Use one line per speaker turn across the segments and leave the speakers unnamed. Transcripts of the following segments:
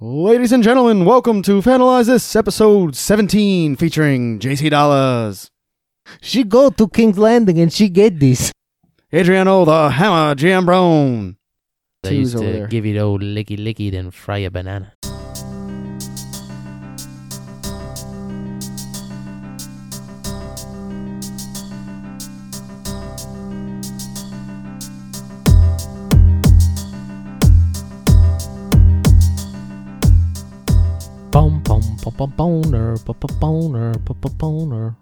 Ladies and gentlemen, welcome to Fanalyze This, episode 17, featuring JC Dollars,
She go to King's Landing and she get this.
Adriano the Hammer GM Brown.
They
Two's
used
over
to
there.
give you the old licky licky, then fry a banana. Boom, boom, boom, boom, boner, boom, boom, boner, boom, boom, boner.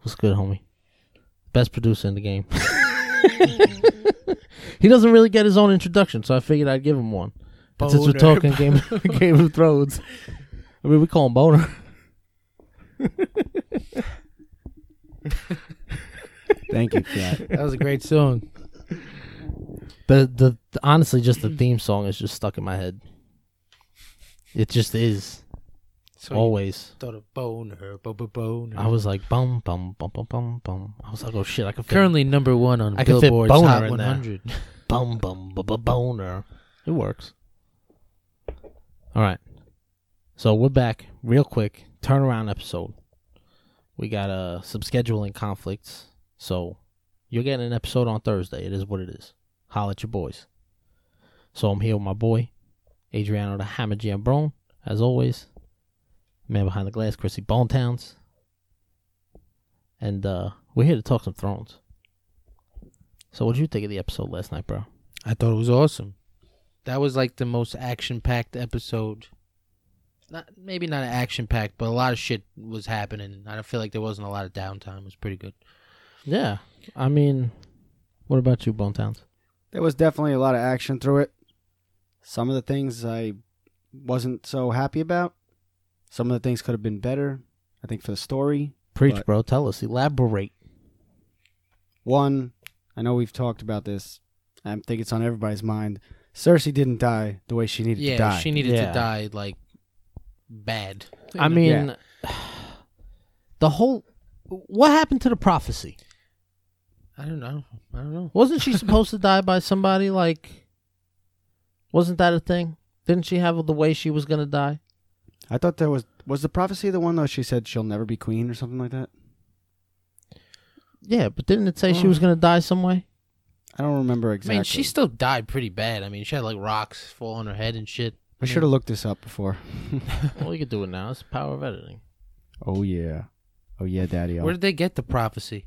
What's good, homie? Best producer in the game. He doesn't really get his own introduction, so I figured I'd give him one. And since we're
Boner.
talking Game, Game of Thrones, I mean, we call him Boner.
Thank you for that.
That was a great song.
The, the the- honestly, just the theme song is just stuck in my head. It just is
So you
always.
thought of boner, bo bo boner.
I was like bum bum bum bum bum bum. I was like, oh shit, I could fit
currently number one on
I could fit
Billboard's
boner
Hot
in there.
100.
bum bum bu- bu- boner. It works. All right. So we're back real quick. Turnaround episode. We got uh some scheduling conflicts. So you're getting an episode on Thursday. It is what it is. Holla at your boys. So I'm here with my boy, Adriano the Hammer Giambrone, as always. Man behind the glass, Chrissy Bonetowns. And uh we're here to talk some thrones. So what'd you think of the episode last night, bro?
I thought it was awesome. That was like the most action-packed episode. Not maybe not action-packed, but a lot of shit was happening. I don't feel like there wasn't a lot of downtime. It was pretty good.
Yeah. I mean, what about you, Bone Towns?
There was definitely a lot of action through it. Some of the things I wasn't so happy about. Some of the things could have been better. I think for the story,
Preach,
But-
bro. Tell us. Elaborate.
one, I know we've talked about this. I think it's on everybody's mind. Cersei didn't die the way she needed to
Yeah,
die.
she needed
Yeah.
to die like bad.
I mean, the whole. What happened to the prophecy?
I don't know. I don't know.
Wasn't she supposed to die by somebody? Like, wasn't that a thing? Didn't she have the way she was going to die?
I thought there was was the prophecy the one though she said she'll never be queen or something like that.
Yeah, but didn't it say
Mm.
she was going to die some way?
I don't remember exactly.
I mean, she still died pretty bad. I mean, she had like rocks fall on her head and shit.
I should have looked this up before.
well, you could do it now. It's the power of editing.
Oh yeah, oh yeah, Daddy.
Where did they get the prophecy?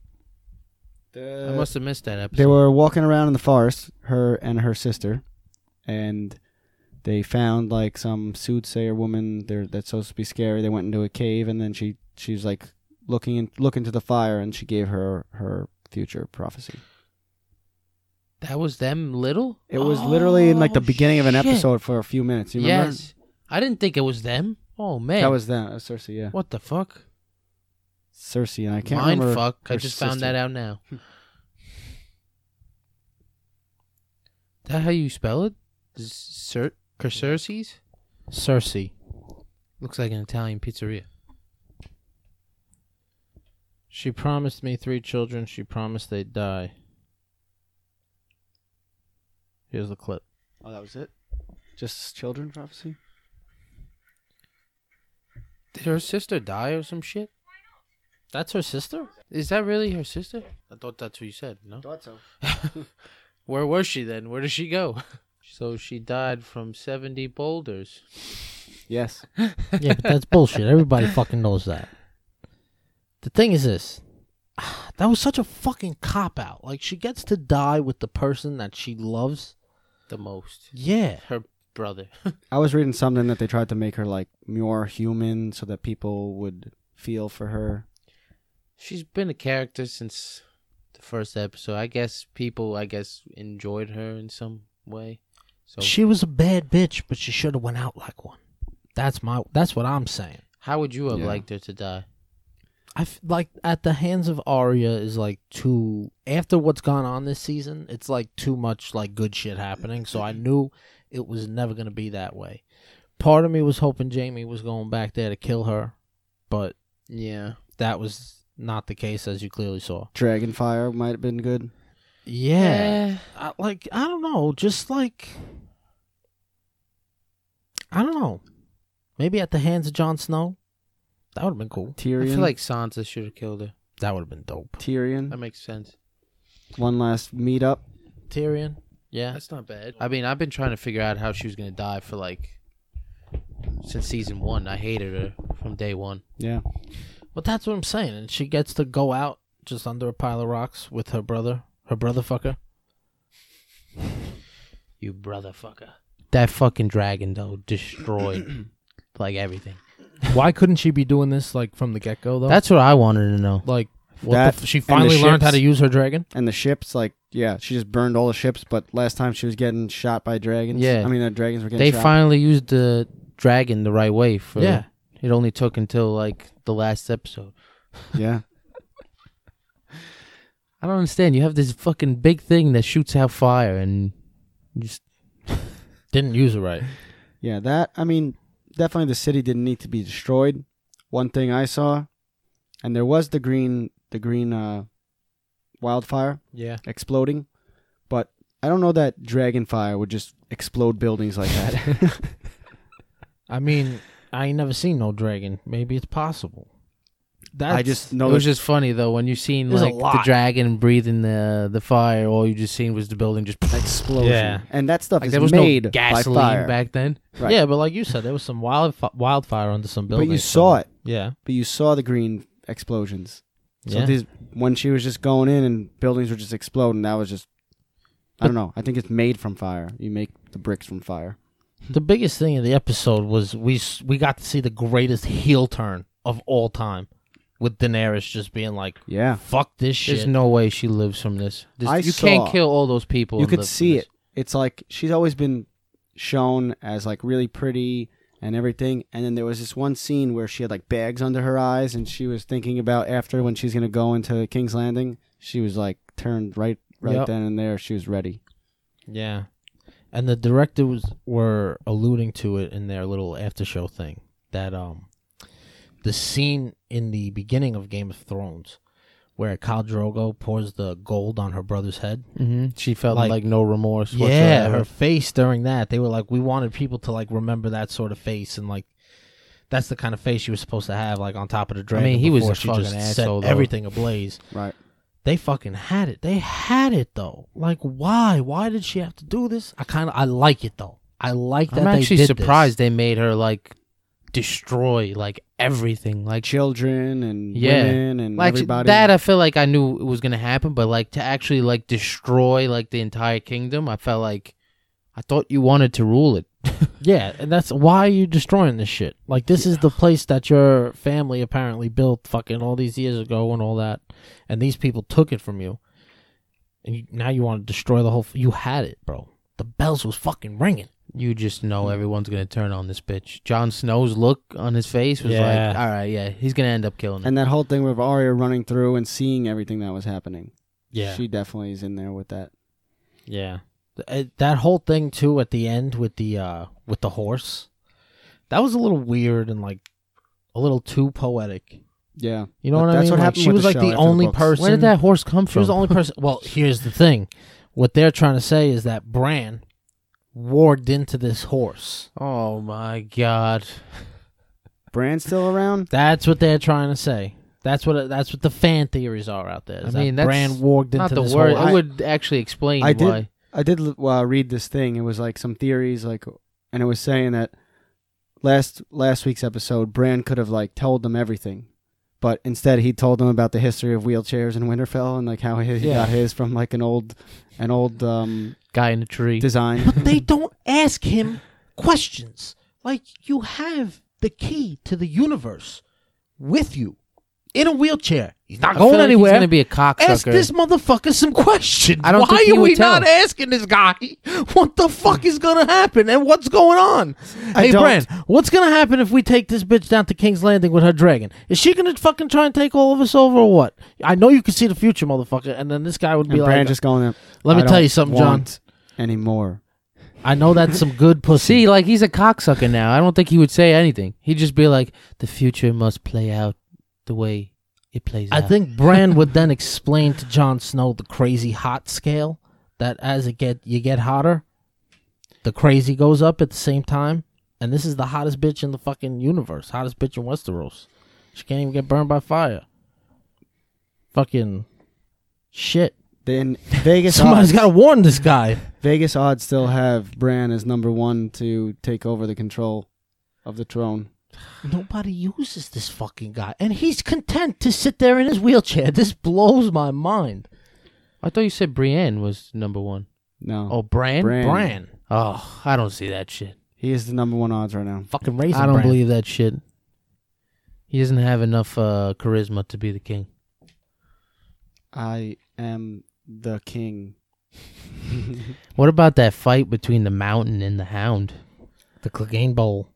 I must have missed that episode.
they were walking around in the forest, her and her sister, and they found like some soothsayer woman there that's supposed to be scary. They went into a cave, and then she she was like looking in, looking to the fire, and she gave her her future prophecy.
That was them little?
It was literally in like the
Oh,
beginning of an
shit.
episode for a few minutes. You remember?
Yes. I didn't think it was them. Oh man.
That was that. that was Cersei, yeah.
what the fuck?
Cersei, and I can't
Mind
remember.
fuck. I
her
just found
sister.
that out now. that how you spell it? Cer- Cerseis?
Cersei.
Looks like an Italian pizzeria.
She promised me three children. She promised they'd die. Here's the clip.
Oh, that was it. Just children prophecy.
Did her sister die or some shit?
That's her sister?
Is that really her sister? I thought that's what you said. No.
Thought so.
Where was she then? Where did she go? so she died from 70 boulders.
Yes.
yeah, but that's bullshit. Everybody fucking knows that. The thing is this. That was such a fucking cop out. Like she gets to die with the person that she loves.
The most.
Yeah.
Her brother.
I was reading something that they tried to make her like more human so that people would feel for her.
She's been a character since the first episode. I guess people, I guess, enjoyed her in some way. So
She was a bad bitch, but she should have went out like one. That's my that's what I'm saying.
how would you have
Yeah.
liked her to die?
I f- like at the hands of Arya is like too after what's gone on this season, it's like too much like good shit happening, so I knew it was never going to be that way. Part of me was hoping Jamie was going back there to kill her, but
Yeah.
that was not the case as you clearly saw.
Dragonfire might have been good.
I, like I don't know, just like I don't know. Maybe at the hands of Jon Snow. That would have been cool.
I
Tyrion.
feel like Sansa should have killed her.
That would have been dope.
That
Tyrion.
makes sense.
One last meetup.
Tyrion. Yeah.
That's not bad. I mean, I've been trying to figure out how she was gonna die for like since season one. I hated her from day one.
Yeah.
Well, that's what I'm saying. And she gets to go out just under a pile of rocks with her brother, her brother fucker.
You brother fucker. That fucking dragon though destroyed like everything.
Why couldn't she be doing this like from the get go though?
That's what I wanted to know.
like what
That
the f- she
the
finally learned how
ships.
to use her dragon.
And the ships, like, yeah, she just burned all the ships. But last time she was getting shot by dragons.
Yeah.
I mean, the dragons were getting
They
shot.
finally used the dragon the right way for
Yeah.
It only took until like the last episode.
yeah.
I don't understand. You have this fucking big thing that shoots out fire and you just
Didn't use it right.
Yeah. That, I mean, definitely the city didn't need to be destroyed. One thing I saw, and there was the green, the green uh, wildfire
Yeah.
exploding. But I don't know that dragon fire would just explode buildings like that.
I mean, I ain't never seen no dragon. Maybe it's possible. That's,
I just
it
know
was
that
just funny though when you seen
There's a
like the
lot.
dragon breathing the the fire. All you just seen was the building just
explosion.
Yeah.
And that stuff
like
is
there was
made
no
by
gasoline
fire.
back then.
Right.
yeah, but like you said, there was some wild wildfire under some
but
buildings.
you saw it.
Yeah.
But you saw the green explosions. So
yeah.
these when she was just going in and buildings were just exploding, that was just I don't know. I think it's made from fire. You make the bricks from fire. Hmm.
The biggest thing in the episode was we s- we got to see the greatest heel turn of all time, with Daenerys just being like,
Yeah.
"Fuck this
There's
shit."
no way she lives from this. This-
I
you can't
saw-
kill all those people.
you
and
could
live from
see
this.
it. It's like she's always been shown as like really pretty and everything. And then there was this one scene where she had like bags under her eyes, and she was thinking about after when she's gonna go into King's Landing. She was like turned right, right
Yep.
then and there. She was ready.
yeah, and the directors were alluding to it in their little after show thing that um, the scene in the beginning of Game of Thrones where Khal Drogo pours the gold on her brother's head.
Mm-hmm. She felt
Like-
like, no remorse.
Yeah,
whatsoever.
her face during that. They were like, we wanted people to like remember that sort of face and like. That's the kind of face she was supposed to have, like on top of the dragon.
he was
before
a
she
fucking
just
asshole, though.
Set everything ablaze.
Right.
They fucking had it. They had it though. Like, why? Why did she have to do this? I kind of I like it though. I like that.
I'm
they
actually
did
surprised they made her like destroy like everything. Like
Children and
Yeah.
women and
like
everybody.
that uh, I feel like I knew it was gonna happen, but like to actually like destroy like the entire kingdom, I felt like I thought you wanted to rule it.
This. Yeah, and that's why are you destroying this shit? Like, this is the place that your family apparently built fucking all these years ago and all that, and these people took it from you, and you, now you want to destroy the whole. F- you had it, bro. The bells was fucking ringing.
You just know everyone's gonna turn on this bitch. Jon Snow's look on his face was
Yeah.
like, all right, yeah, he's gonna end up killing her.
And that whole thing with Arya running through and seeing everything that was happening.
Yeah,
She definitely is in there with that.
Yeah. Th- uh, That whole thing too at the end with the uh with the horse. That was a little weird and like a little too poetic.
Yeah.
You know
But
what I
that's
mean?
what
Like,
happened
she
with
was
the
like
show
the
after the
only
books.
person
Where did that horse come
She
from?
was the only person Well, here's the thing. What they're trying to say is that Bran warred into this horse.
oh my god!
Bran's still around?
That's what they're trying to say. That's what that's what the fan theories are out there.
I
Is
mean,
that
that's
Bran warged
Not
into
the
this
word.
horse.
I would actually explain
I did-
why.
I did l- uh, read this thing. It was like some theories, like, and it was saying that last last week's episode, Bran could have like told them everything, but instead he told them about the history of wheelchairs in Winterfell and like how he, he got his from like an old an old um,
Guy in a tree.
design.
they don't ask him questions. Like you have the key to the universe with you in a wheelchair. He's not
I
going
feel like
anywhere.
He's gonna be a cocksucker.
Ask this motherfucker some questions.
I don't
Why
think he
are
would
we
tell.
not asking this guy what the fuck is gonna happen and what's going on?
I
hey,
don't-
Bran, what's gonna happen if we take this bitch down to King's Landing with her dragon? Is she gonna fucking try and take all of us over or what? I know you can see the future, motherfucker. And then this guy would be
and
like,
Bran just going,
"Let me
"I
tell
don't
you something, John.
want Anymore.
I know that's some good pussy."
See, like he's a cocksucker now. I don't think he would say anything. He'd just be like, "The future must play out the way it plays
I
out."
think Bran would then explain to Jon Snow the crazy hot scale that as it get you get hotter, the crazy goes up at the same time. And this is the hottest bitch in the fucking universe. Hottest bitch in Westeros. She can't even get burned by fire. Fucking shit.
Then Vegas
Somebody's
odds,
got to warn this guy.
Vegas odds still have Bran as number one to take over the control of the throne.
Nobody uses this fucking guy. And he's content to sit there in his wheelchair. This blows my mind.
I thought you said Brienne was number one.
No,
Oh, Bran?
Bran.
Bran.
Oh, I don't see that shit.
he is the number one odds right now.
Fucking racist.
I don't
Bran.
believe that shit. He doesn't have enough uh, charisma to be the king.
I am the king.
What about that fight between the mountain and the hound?
The Clegane Bowl.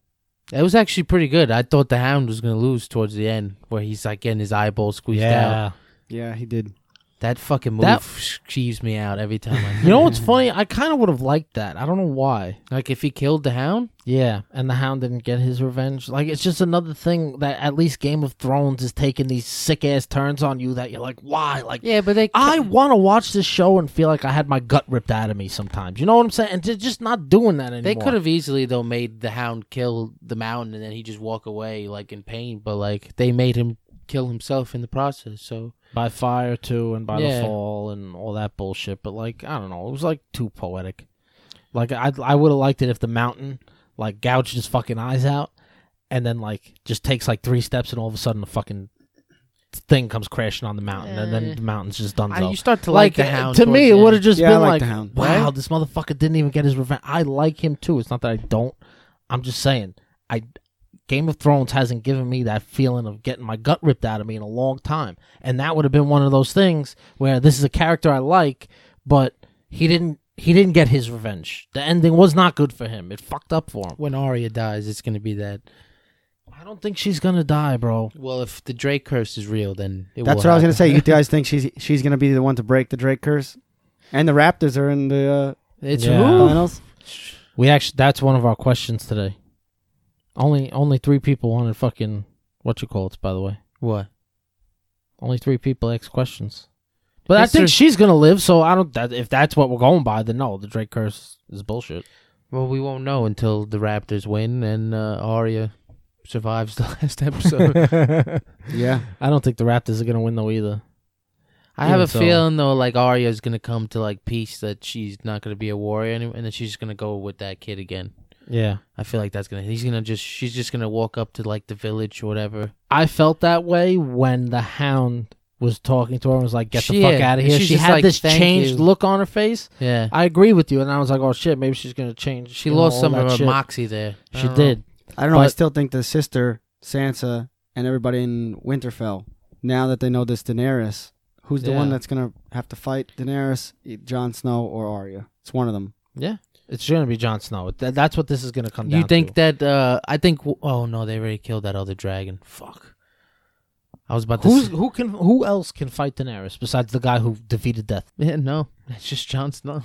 That was actually pretty good. I thought the hound was going to lose towards the end, where he's like getting his eyeball squeezed out.
Yeah, he did.
That fucking move
That-
cheeves me out every time. I
You know what's funny? I kind of would have liked that. I don't know why.
like if he killed the hound,
Yeah, and the Hound didn't get his revenge. Like it's just another thing that at least Game of Thrones is taking these sick ass turns on you that you're like, why? Like
yeah, but they
I want to watch this show and feel like I had my gut ripped out of me sometimes. You know what I'm saying? And they're just not doing that anymore.
They could have easily though made the hound kill the mountain and then he just walk away like in pain, but like they made him kill himself in the process. So
by fire too, and by
Yeah.
the fall and all that bullshit. But like I don't know, it was like too poetic. Like I I would have liked it if the mountain like gouged his fucking eyes out, and then like just takes like three steps, and all of a sudden the fucking thing comes crashing on the mountain, and then
Yeah.
the mountain's just done.
Eh. I, you start to like, the hound.
to me, it would have just
Yeah, I
been
like
like,
the Hound.
wow, this motherfucker didn't even get his revenge. I like him too. It's not that I don't. I'm just saying, I Game of Thrones hasn't given me that feeling of getting my gut ripped out of me in a long time, and that would have been one of those things where this is a character I like, but he didn't. He didn't get his revenge. The ending was not good for him. It fucked up for him.
when Arya dies, it's gonna be that.
I don't think she's gonna die, bro.
Well, if the Drake curse is real, then it
That's
will
what I was gonna
happen.
say. You guys think she's she's gonna be the one to break the Drake curse? And the Raptors are in the
It's
Yeah.
uh,
who?
finals.
We actually that's one of our questions today. Only only three people wanted fucking what you call it, by the way.
What?
Only three people asked questions. But I
Yes,
think
sir.
she's gonna live, so I don't. That, if that's what we're going by, then no, the Drake curse is bullshit.
Well, we won't know until the Raptors win and uh, Arya survives the last episode.
Yeah,
I don't think the Raptors are gonna win though either.
I have
Even
a
so.
feeling though, like Arya's gonna come to like peace that she's not gonna be a warrior anymore, and then she's just gonna go with that kid again.
Yeah,
I feel like that's gonna. He's gonna just. She's just gonna walk up to like the village or whatever.
I felt that way when the Hound was talking to her and was like, "Get the
She-
fuck
yeah,
out of
and
here."
she's
She
just
had
like,
this
"Thank
changed
you."
look on her face.
Yeah,
I agree with you, and I was like, "Oh shit, maybe she's gonna change."
she
you know,
lost
all
some
that
of her uh,
shit.
moxie there. I
She
don't know.
did.
I don't know. I
But-
still think the sister Sansa and everybody in Winterfell. Now that they know this Daenerys, who's the one
Yeah.
that's gonna have to fight Daenerys, eh, Jon Snow, or Arya? It's one of them.
It's gonna be Jon Snow. Th- that's what this is gonna come down.
You think
to.
that? uh I think. Oh no, they already killed that other dragon. Fuck. I was about to.
Who's,
say-
who can who else can fight Daenerys besides the guy who defeated Death?
Yeah, no, it's just Jon Snow.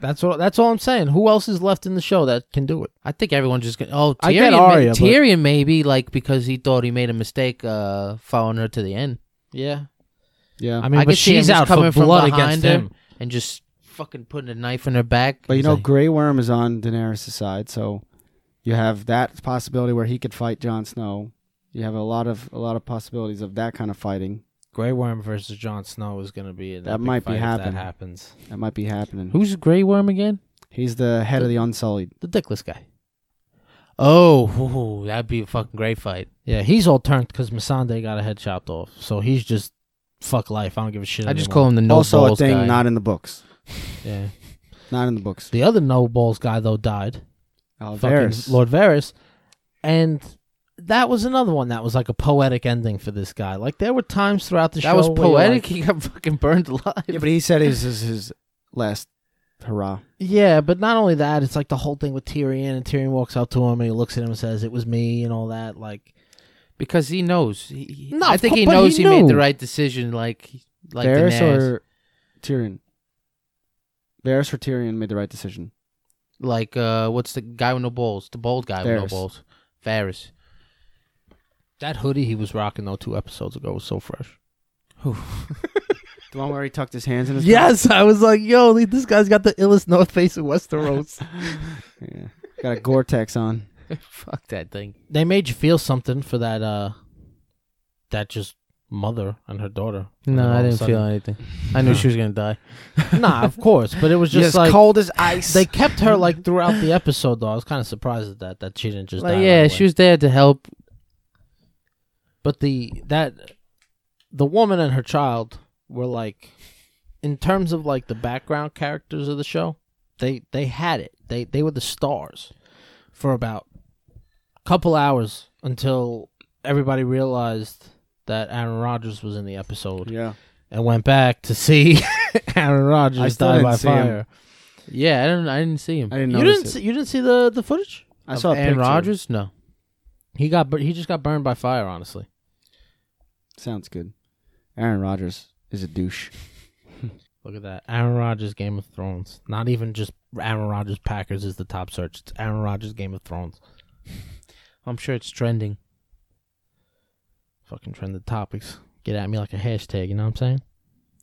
That's all. That's all I'm saying. Who else is left in the show that can do it?
I think everyone's just gonna. Oh, Tyrion,
I get
may-
Arya, but-
Tyrion maybe like because he thought he made a mistake uh following her to the end
Yeah,
Yeah,
I mean,
I
but
could see him
she's
just
out for
coming from
blood
behind
against
her.
him.
and just fucking putting a knife in her back.
but you
He's
know,
like,
Grey Worm is on Daenerys' side, so you have that possibility where he could fight Jon Snow. You have a lot of a lot of possibilities of that kind of fighting
Grey Worm versus Jon Snow is going to be an
That
epic
might be
fight if
happening.
That happens.
that might be happening.
who's Grey Worm again?
He's the head of the Unsullied.
The dickless guy.
Oh, ooh, that'd be a fucking great fight.
Yeah, he's all turned because Masande got a head chopped off, so he's just fuck life. I don't give a shit.
I just
anymore.
call him the no
also, a
balls
thing
guy.
not in the books.
Yeah.
Not in the books.
The other no balls guy though died.
Oh,
fucking
there's
Lord Varys. And that was another one that was like a poetic ending for this guy. Like there were times throughout the
that
show
was
where you're
poetic.
like-
he got fucking burned alive.
Yeah, but he said his his, his last hurrah.
yeah, but not only that, it's like the whole thing with Tyrion and Tyrion walks up to him and he looks at him and says, "It was me" and all that. Like
because he knows. He, he-
No,
I
of
think
cou-
he
but he
knows he, made the
knew.
right decision. Like, like
Varys
Daenerys,
or Tyrion. Varys or Tyrion made the right decision.
like uh, what's the guy with no balls? The bald guy with no
Varys.
balls. Varys.
that hoodie he was rocking though two episodes ago was so fresh.
The one where he tucked his hands in his.
Yes, I was like, "Yo, this guy's got the illest North Face in Westeros."
Yeah. Got a Gore-Tex on.
Fuck that thing.
They made you feel something for that. uh That just mother and her daughter. And then
No,
all
I
of a
didn't
sudden-
feel anything. I knew she was gonna die.
nah, of course, but it was just
Yes,
like
cold as ice.
they kept her like throughout the episode. Though I was kind of surprised at that that she didn't just
like,
die
yeah,
right
she
away.
was there to help.
But the that the woman and her child were like, in terms of like the background characters of the show, they they had it. They they were the stars for about a couple hours until everybody realized that Aaron Rodgers was in the episode
Yeah.
and went back to see Aaron Rodgers
still
die
didn't
by
see him.
fire.
Yeah, I don't. I didn't see him.
I didn't
You
notice
didn't
it.
see, you didn't see the the footage.
I
Of
saw a
Aaron
picture.
Rodgers. No,
He got bur- he just got burned by fire. Honestly,
Sounds good. Aaron Rodgers is a douche.
look at that. Aaron Rodgers, Game of Thrones. Not even just Aaron Rodgers Packers is the top search. It's Aaron Rodgers Game of Thrones.
I'm sure it's trending.
Fucking trended topics. Get at me like a hashtag. You know what I'm saying?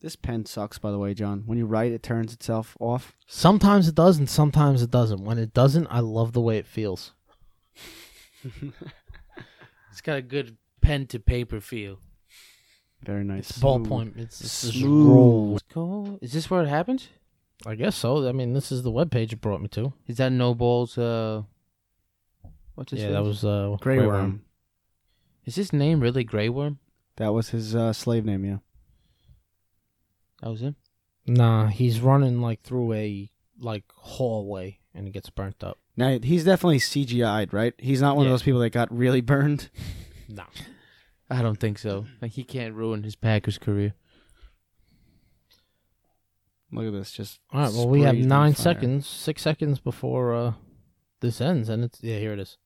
This pen sucks, by the way, John. When you write, it turns itself off.
Sometimes it does, and sometimes it doesn't. When it doesn't, I love the way it feels.
It's got a good pen to paper feel.
Very nice.
It's ballpoint. It's, it's just
Smooth.
roll.
Cool. Is this where it happened?
I guess so. I mean, this is the webpage it brought me to.
Is that No Balls? Uh, what's his
yeah,
name?
that was uh,
Grey
Grey
Worm.
Is his name really Grey Worm?
That was his uh, slave name, yeah.
That was him.
Nah, he's running like through a like hallway, and he gets burnt up.
Now he's definitely CGI'd, right? He's not one
Yeah.
of those people that got really burned.
Nah.
I don't think so. Like he can't ruin his Packers career.
Look at this, just
All right. Well, we have
sprayed in
nine
fire.
seconds, six seconds before uh, this ends, and it's yeah. Here it is.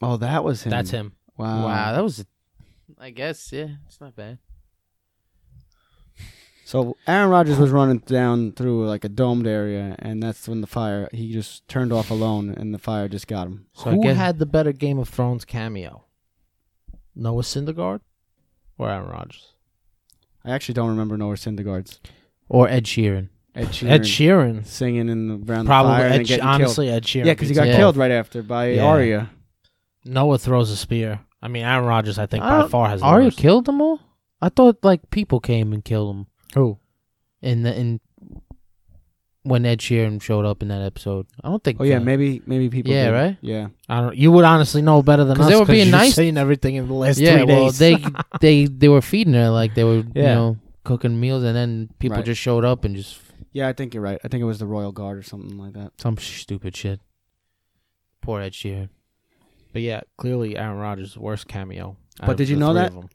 Oh, that was him.
That's him.
Wow.
wow, that was. A, I guess yeah, it's not bad.
So Aaron Rodgers was running down through like a domed area, and that's when the fire. He just turned off alone, and the fire just got him.
So
Who
I guess
had the better Game of Thrones cameo? Noah Syndergaard or Aaron Rodgers
I actually don't remember Noah Syndergaard's.
or Ed Sheeran.
Ed Sheeran,
Ed Sheeran.
singing in the around
Probably
the fire
Ed
and
she-
getting killed.
honestly Ed Sheeran.
Yeah, because he
beats
got
both.
killed right after by
Yeah.
Arya.
Noah throws a spear. I mean, Aaron Rodgers. I think
I
by
don't-
far has the
Arya
worst.
killed them all. I thought like people came and killed them.
Who?
In the in when Ed Sheeran showed up in that episode, I don't think.
Oh yeah,
the-
maybe maybe people.
Yeah,
did.
right?
Yeah,
I don't. You would honestly know better than
'Cause
us
they were being
you've
nice.
seen everything in the last
yeah,
three
well,
days.
they they they were feeding her like they were you
Yeah.
know cooking meals, and then people
Right.
just showed up and just
yeah. I think you're right. I think it was the royal guard or something like that.
some stupid shit. Poor Ed Sheeran.
but yeah, clearly Aaron Rodgers worst cameo. out
But
of
did you
the
know
three
that?
of 'em.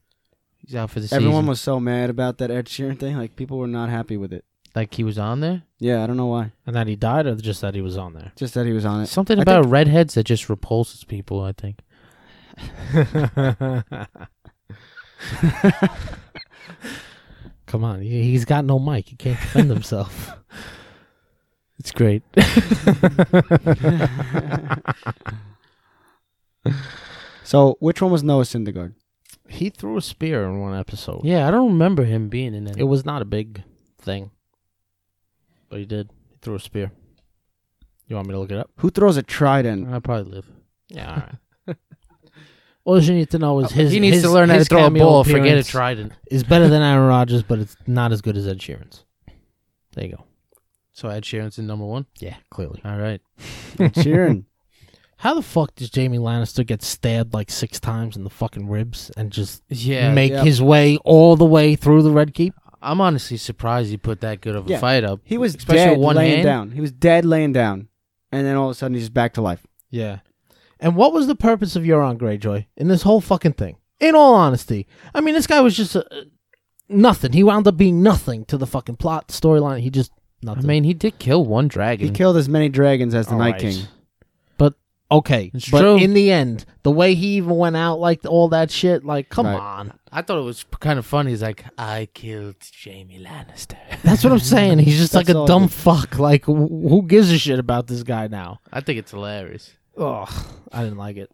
He's out for the
Everyone
season.
was so mad about that Ed Sheeran thing. Like people were not happy with it.
like he was on there.
Yeah, I don't know why.
And that he died, or just that he was on there.
Just that he was on it.
Something
I
about redheads that just repulses people. I think.
Come on, he- he's got no mic. He can't defend himself. It's great.
So which one was Noah Syndergaard?
He threw a spear in one episode.
Yeah, I don't remember him being in that.
It was not a big thing, but he did. He threw a spear. You want me to look it up?
Who throws a trident?
I probably live.
Yeah. All right. All you need to know is his.
Uh, he needs
his-
to learn how to
his
throw a
cameo
ball. Forget a
appearance
trident.
Is better than Aaron Rodgers, but it's not as good as Ed Sheeran's. There you go.
So Ed Sheeran's in number one.
Yeah, clearly.
All right.
Ed Sheeran.
How the fuck does Jamie Lannister get stabbed like six times in the fucking ribs and just
Yeah,
make
yeah.
his way all the way through the Red Keep?
I'm honestly surprised he put that good of a
Yeah.
fight up.
He was
Especially
dead
one
laying
hand?
down. He was dead laying down, and then all of a sudden he's back to life.
Yeah. And what was the purpose of Euron Greyjoy in this whole fucking thing? In all honesty, I mean, this guy was just uh nothing. He wound up being nothing to the fucking plot storyline. He just
I
nothing.
mean, he did kill one dragon.
He killed as many dragons as the
All
Night
right.
King.
But okay,
It's
but
true.
in the end, the way he even went out, like all that shit, like come
Right.
on.
I thought it was kind of funny. He's like, I killed Jamie Lannister.
That's what I'm saying. He's just like
That's
a
all
dumb
good.
fuck. Like wh- who gives a shit about this guy now?
I think it's hilarious.
Ugh, I didn't like it.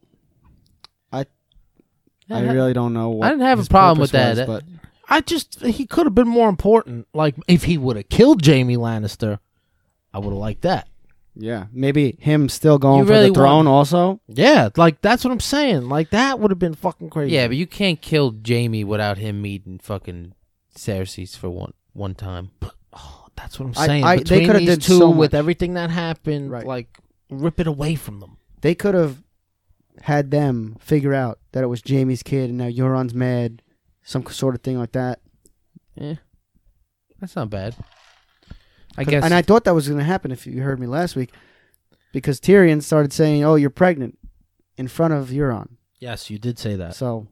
I really don't know. What
I didn't have a
his
problem with
purpose
that.
was,
I just he could have been more important. Like if he would have killed Jamie Lannister, I would have liked that.
Yeah, maybe him still going
You
for
really
the throne. Also,
Yeah, like that's what I'm saying. Like that would have been fucking crazy.
Yeah, but you can't kill Jamie without him meeting fucking Cersei's for one one time.
Oh, that's what I'm
I-
saying.
I- they
Between
coulda
these
did
two,
so
with
much.
everything that happened,
Right.
like rip it away from them.
they could have had them figure out that it was Jamie's kid, and now Euron's mad, some sort of thing like that.
That's not bad. I
'Cause-
guess.
And I thought that was going to happen if you heard me last week, because Tyrion started saying, "Oh, you're pregnant," in front of Euron.
Yes, you did say that.
So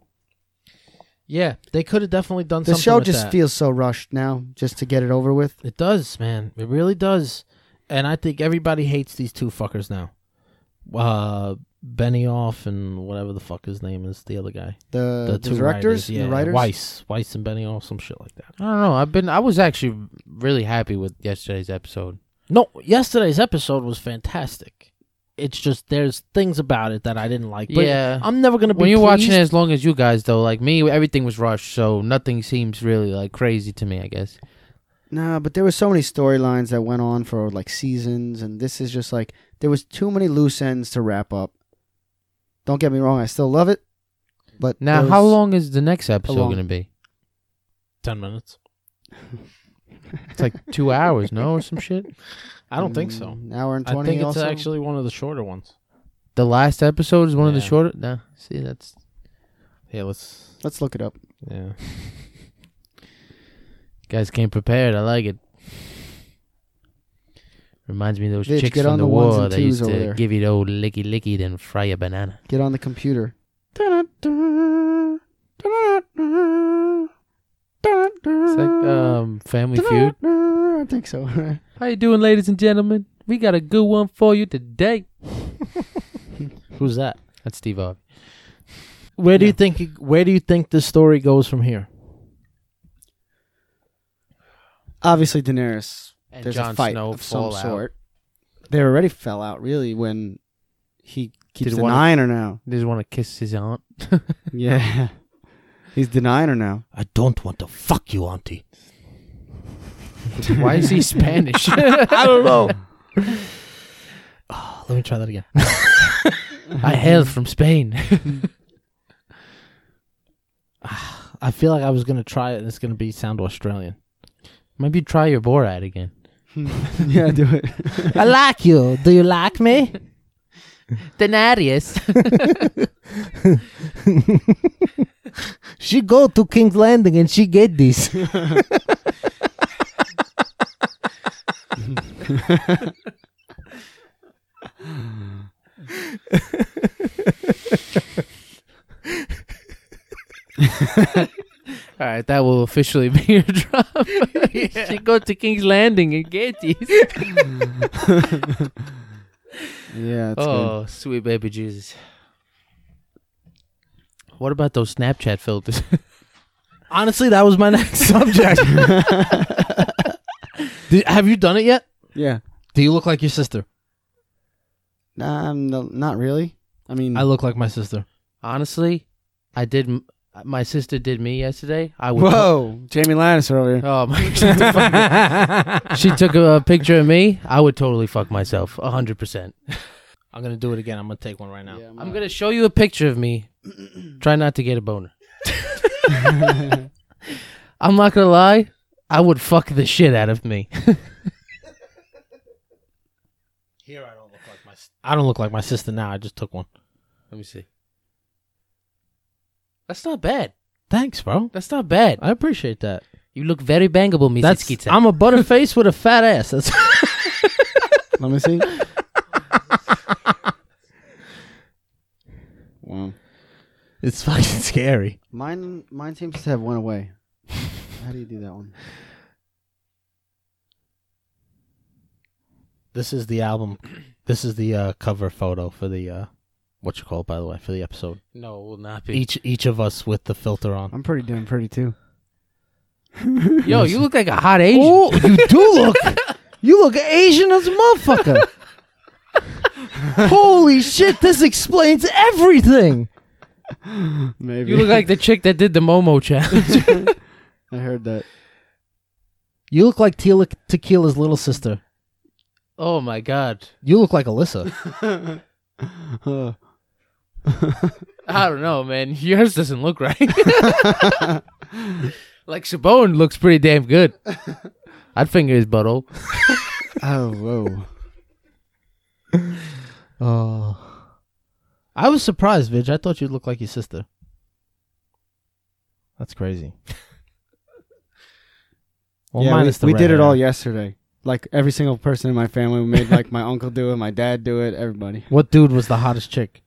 Yeah, they could have definitely done
the
something.
show
with
just
that.
feels so rushed now, just to get it over with.
It does, man. It really does. And I think everybody hates these two fuckers now. Uh Benioff and whatever the fuck his name is, the other guy.
Uh, The,
the
the
two
directors,
writers, yeah,
the writers.
Weiss, Weiss and Benioff, some shit like that.
I don't know. I've been. I was actually really happy with yesterday's episode.
No, yesterday's episode was fantastic. It's just there's things about it that I didn't like. But
Yeah.
I'm never gonna be.
When you're watching it
pleased.
as long as you guys, though, like me, everything was rushed, so nothing seems really like crazy to me. I guess.
Nah, but there were so many storylines that went on for like seasons, and this is just like there was too many loose ends to wrap up. Don't get me wrong, I still love it, but
Now,
there
how
was-
long is the next episode
long-
going to be?
ten minutes,
It's like two hours, no, or some shit.
I don't think so.
Mm, Hour and
I
twenty.
think it's
also?
actually one of the shorter ones.
The last episode is one of the
Yeah.
shorter. Nah, see, that's
Yeah, let's.
Let's look it up.
Yeah,
guys came prepared. I like it. Reminds me of those
Vidge,
chicks
get
from
on
the,
the ones
war.
and
They used
twos
to
over there.
give you the old licky licky, then fry a banana.
Get on the computer.
It's like
uh,
um, Family Feud.
I think so.
How you doing, ladies and gentlemen? We got a good one for you today.
who's that?
That's Steve Harvey.
Where do you think? Where do you think the story goes from here?
Obviously, Daenerys.
And
There's
Jon
a fight
Snow
of some
fallout.
sort. They already fell out, really, when he keeps
Did one of-
denying her now.
Just want to kiss his aunt.
Yeah, he's denying her now.
I don't want to fuck you, Auntie.
Why is he Spanish?
I don't know. oh, let me try that again.
I hail from Spain.
I feel like I was gonna try it, and it's gonna be sound Australian.
Maybe try your Borat again.
yeah, do it.
I like you. Do you like me?
Denarius.
She go to King's Landing and she get this.
All right, that will officially be your drop. She go to King's Landing and get these.
Yeah, that's
Oh, sweet baby Jesus. What about those Snapchat filters?
Honestly, that was my next subject. Did, have you done it yet?
good. Yeah.
Do you look like your sister?
Nah, I'm no, not really. I mean,
I look like my sister.
Honestly, I did. m- My sister did me yesterday. I would.
whoa, Jamie Lannister over here.
Oh my! She took, she took a, picture of me. I would totally fuck myself, hundred percent.
I'm gonna do it again. I'm gonna take one right now.
I'm gonna show you a picture of me. Try not to get a boner. I'm not gonna lie. I would fuck the shit out of me.
Here, I don't look like my. I don't look like my sister now. I just took one.
Let me see. That's not bad.
Thanks, bro.
That's not bad.
I appreciate that.
You look very bangable, Miss
That's
Kitsa.
I'm a butterface with a fat ass. That's
Let me see. wow,
it's fucking scary.
mine mine seems to have went away. How do you do that one?
This is the album. This is the uh, cover photo for the uh, what you call it, by the way, for the episode.
No, it will not be.
Each each of us with the filter on.
I'm pretty damn pretty too.
Yo, you look like a hot Asian.
Oh, you do look. You look Asian as a motherfucker. Holy shit! This explains everything.
Maybe
You look like the chick that did the Momo challenge.
I heard that.
You look like Tila Tequila's little sister.
Oh my god.
You look like Alyssa.
Uh,
I don't know, man. Yours doesn't look right. like Sabone looks pretty damn good. I'd finger his butthole.
oh, whoa.
oh. I was surprised, Vidge. I thought you looked like your sister. That's crazy. Well,
yeah,
minus the
we, we
red
did it
hair.
all yesterday. Like every single person in my family, we made like my uncle do it, my dad do it, everybody.
What dude was the hottest chick?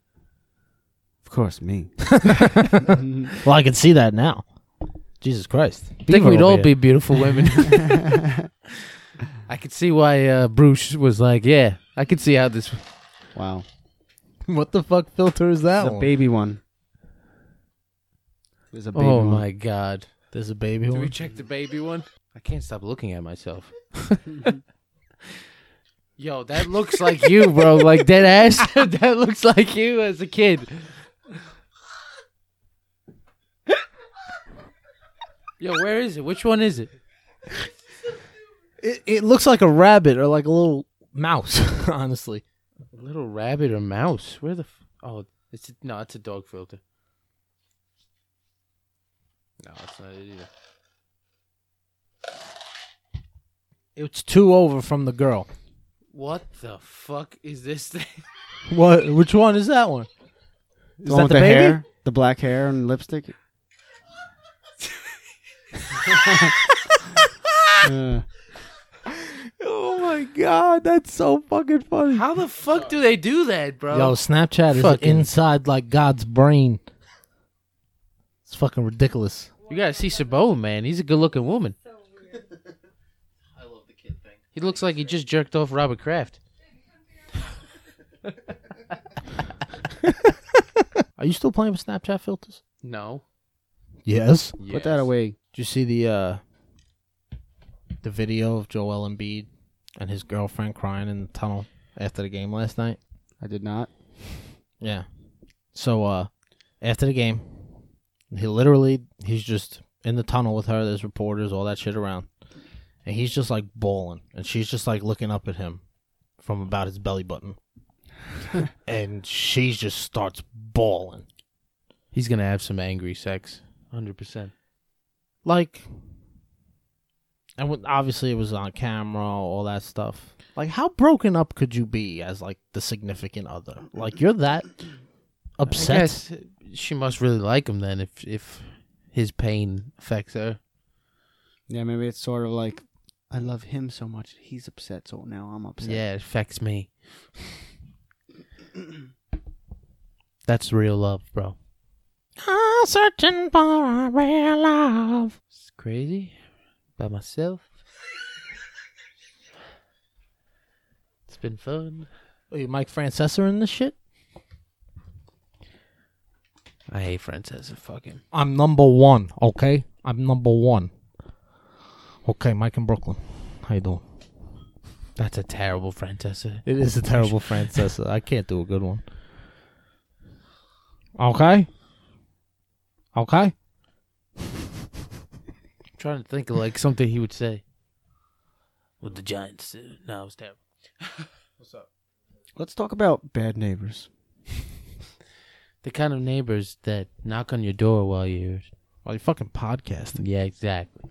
Of course, me.
Well, I can see that now. Jesus Christ.
I think we'd all be beautiful women. I could see why uh, Bruce was like, yeah, I could see how this.
Wow,
what the fuck filter is that
the baby one. There's a baby
Oh
one.
my god.
There's a baby
Did we
one.
check the baby one? I can't stop looking at myself. Yo, that looks like you, bro. Like dead ass. that looks like you as a kid. Yo, where is it? Which one is it?
It, it looks like a rabbit or like a little mouse, honestly.
Little rabbit or mouse? Where the? F- oh, it's a, no, it's a dog filter. No, it's not it either.
It's two over from the girl.
What the fuck is this thing?
What? Which one is that one?
The
Is
one
that
with
the baby?
hair, the black hair and lipstick. Uh,
Oh my god, that's so fucking funny.
How the fuck do they do that, bro?
Yo, Snapchat is
Fucking-
inside like God's brain. It's fucking ridiculous.
you gotta see Sabone, man. He's a good-looking woman. I love the kid thing. He looks like he just jerked off Robert Kraft.
Are you still playing with Snapchat filters?
No.
Yes.
Put that away.
Did you see the uh the video of Joel Embiid and his girlfriend crying in the tunnel after the game last night?
I did not.
Yeah. So uh after the game, he literally he's just in the tunnel with her, there's reporters, all that shit around. And he's just like bawling and she's just like looking up at him from about his belly button. and she just starts bawling.
He's gonna have some angry sex. Hundred percent.
Like and when- obviously it was on camera, all that stuff. Like how broken up could you be as like the significant other? Like you're that upset.
I guess she must really like him then, if if his pain affects her.
Yeah, maybe it's sort of like I love him so much. He's upset, so now I'm upset.
Yeah, it affects me. That's real love, bro.
I'm searching for a real love.
It's crazy. By myself. it's been fun.
Wait, Oh, Mike Francesa in this shit?
I hate Francesca fucking.
I'm number one, okay? I'm number one. Okay, Mike in Brooklyn. How you doing?
That's a terrible Francesca.
It is a terrible Francesa. I can't do a good one. Okay? Okay?
I'm trying to think of like something he would say. With the Giants. do? No, it was terrible.
Let's talk about bad neighbors.
The kind of neighbors that knock on your door while you're.
Well, you fucking podcasting.
Yeah, exactly.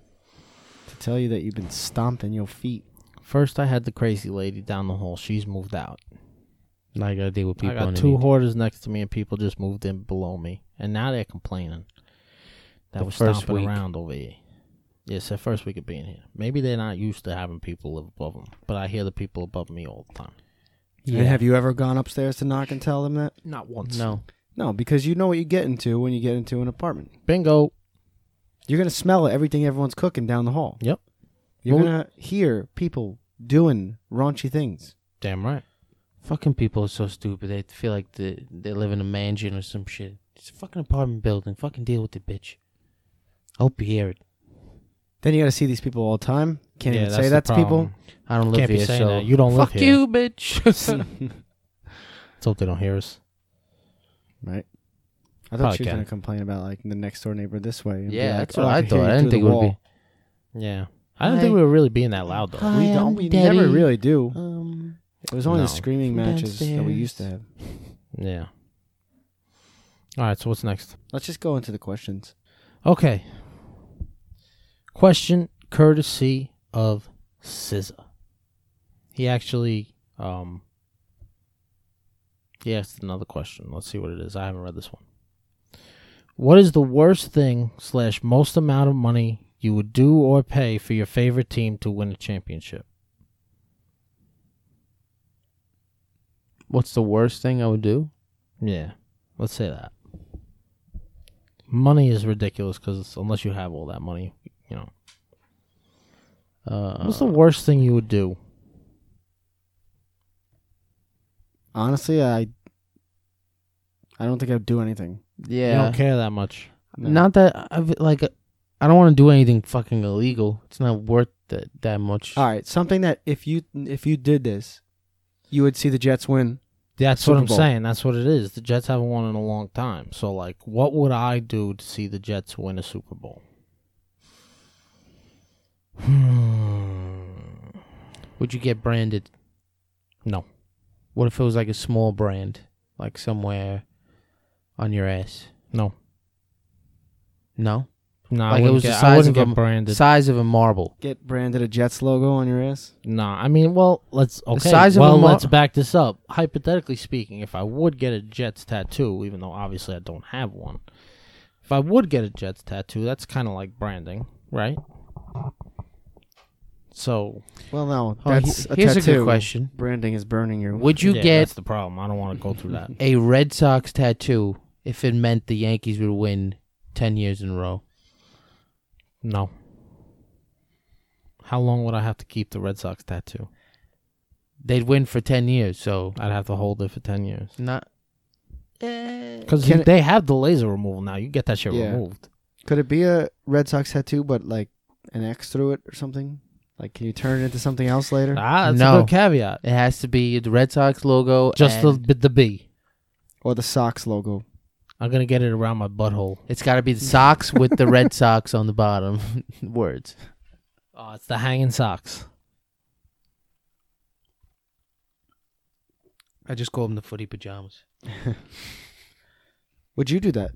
To tell you that you've been stomped in your feet.
First, I had the crazy lady down the hall. She's moved out.
Now you gotta deal with people.
I got
underneath
two
you.
hoarders next to me, and people just moved in below me, and now they're complaining that
The
we're
first
stomping
week.
around over here. Yes, their first week of being here. Maybe they're not used to having people live above them, but I hear the people above me all the time.
Yeah. have you ever gone upstairs to knock and tell them that?
Not once.
No.
No, because you know what you get into when you get into an apartment.
Bingo.
You're gonna smell everything everyone's cooking down the hall.
Yep.
You're
Well-
gonna hear people doing raunchy things.
Damn right.
Fucking people are so stupid. They feel like they, they live in a mansion or some shit. It's a fucking apartment building. Fucking deal with it, bitch. I hope you hear it.
Then you gotta see these people all the time. Can't
Yeah,
even
that's
say
the
that to people.
problem.
I don't live
Can't be
here,
saying
so
that. You don't live
fuck
here.
you, bitch.
Let's hope they don't hear us.
Right. I thought
Probably
she was
can.
gonna complain about like the next door neighbor this way. and be
yeah,
like,
that's
"Oh,
what I
can
thought.
hear you
I didn't
through
think it
the
would be.
wall."
Yeah. I do not think we were really being that loud though.
We don't. We never really do.
Um,
It was only
No.
the screaming
From
matches that we used to have.
Yeah. All right. So what's next?
Let's just go into the questions.
Okay. Question courtesy of SZA. He actually um he asked another question. Let's see what it is. I haven't read this one. What is the worst thing slash most amount of money you would do or pay for your favorite team to win a championship?
What's the worst thing I would do?
Yeah, let's say that. Money is ridiculous because unless you have all that money, you know.
Uh,
What's the worst thing you would do?
Honestly, I I don't think I'd do anything.
You
yeah.
don't care that much.
No.
Not that I've like I don't want to do anything fucking illegal. It's not worth that that much.
All right, something that if you if you did this, you would see the Jets win.
That's
Super
what I'm
Bowl.
saying. That's what it is. The Jets haven't won in a long time. So, like, what would I do to see the Jets win a Super Bowl? Hmm.
Would you get branded?
No.
What if it was like a small brand, like somewhere on your ass?
No.
No.
No,
Like,
I
it
wouldn't,
was the
get, I
size
wouldn't
of
get
a- The
branded.
size of a marble.
Get branded a Jets logo on your ass.
Nah, I mean, well, let's okay.
size of a
well,
mar-
let's back this up. Hypothetically speaking, if I would get a Jets tattoo, even though obviously I don't have one, if I would get a Jets tattoo, that's kind of like branding, right? So
Well, no,
Oh,
that's
he- here's
a
a
tattoo.
good question.
Branding is burning your.
Would you
yeah,
get
that's the problem. I don't want to go through that.
a Red Sox tattoo if it meant the Yankees would win ten years in a row?
No. How long would I have to keep the Red Sox tattoo?
They'd win for ten years, so
I'd have to hold it for ten years.
not.
Because
Can it-
they have the laser removal now. You get that shit
Yeah.
removed.
Could it be a Red Sox tattoo, but like an X through it or something? Like, can you turn it into something else later?
Ah, that's a
No.
good caveat.
It has to be the Red Sox logo.
Just the
and
the B.
Or the Sox logo?
I'm gonna get it around my butthole.
It's got to be the socks with the Red Sox on the bottom. Words.
Oh, it's the hanging socks.
I just call them the footy pajamas.
Would you do that?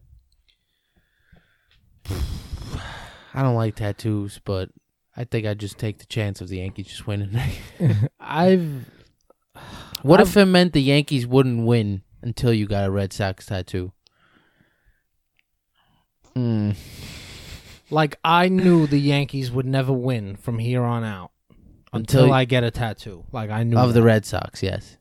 I don't like tattoos, but I think I just take the chance of the Yankees just winning.
I've
what if it meant the Yankees wouldn't win until you got a Red Sox tattoo? Mm.
like I knew the Yankees would never win from here on out until,
Until-
I get a tattoo. Like I knew
Of the
that.
Red Sox, yes.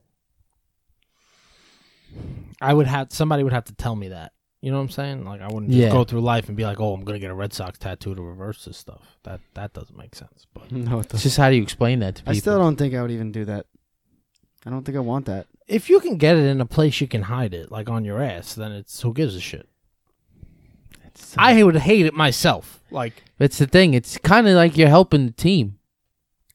I would have somebody would have to tell me that. You know what I'm saying? Like I wouldn't just
Yeah.
go through life and be like, "Oh, I'm gonna get a Red Sox tattoo to reverse this stuff." That that doesn't make sense. But
No, it
It's
doesn't.
just how do you explain that to people?
I still don't think I would even do that. I don't think I want that.
if you can get it in a place you can hide it, like on your ass, then it's who gives a shit.
It's-
I would hate it myself. Like
It's the thing. It's kind of like you're helping the team.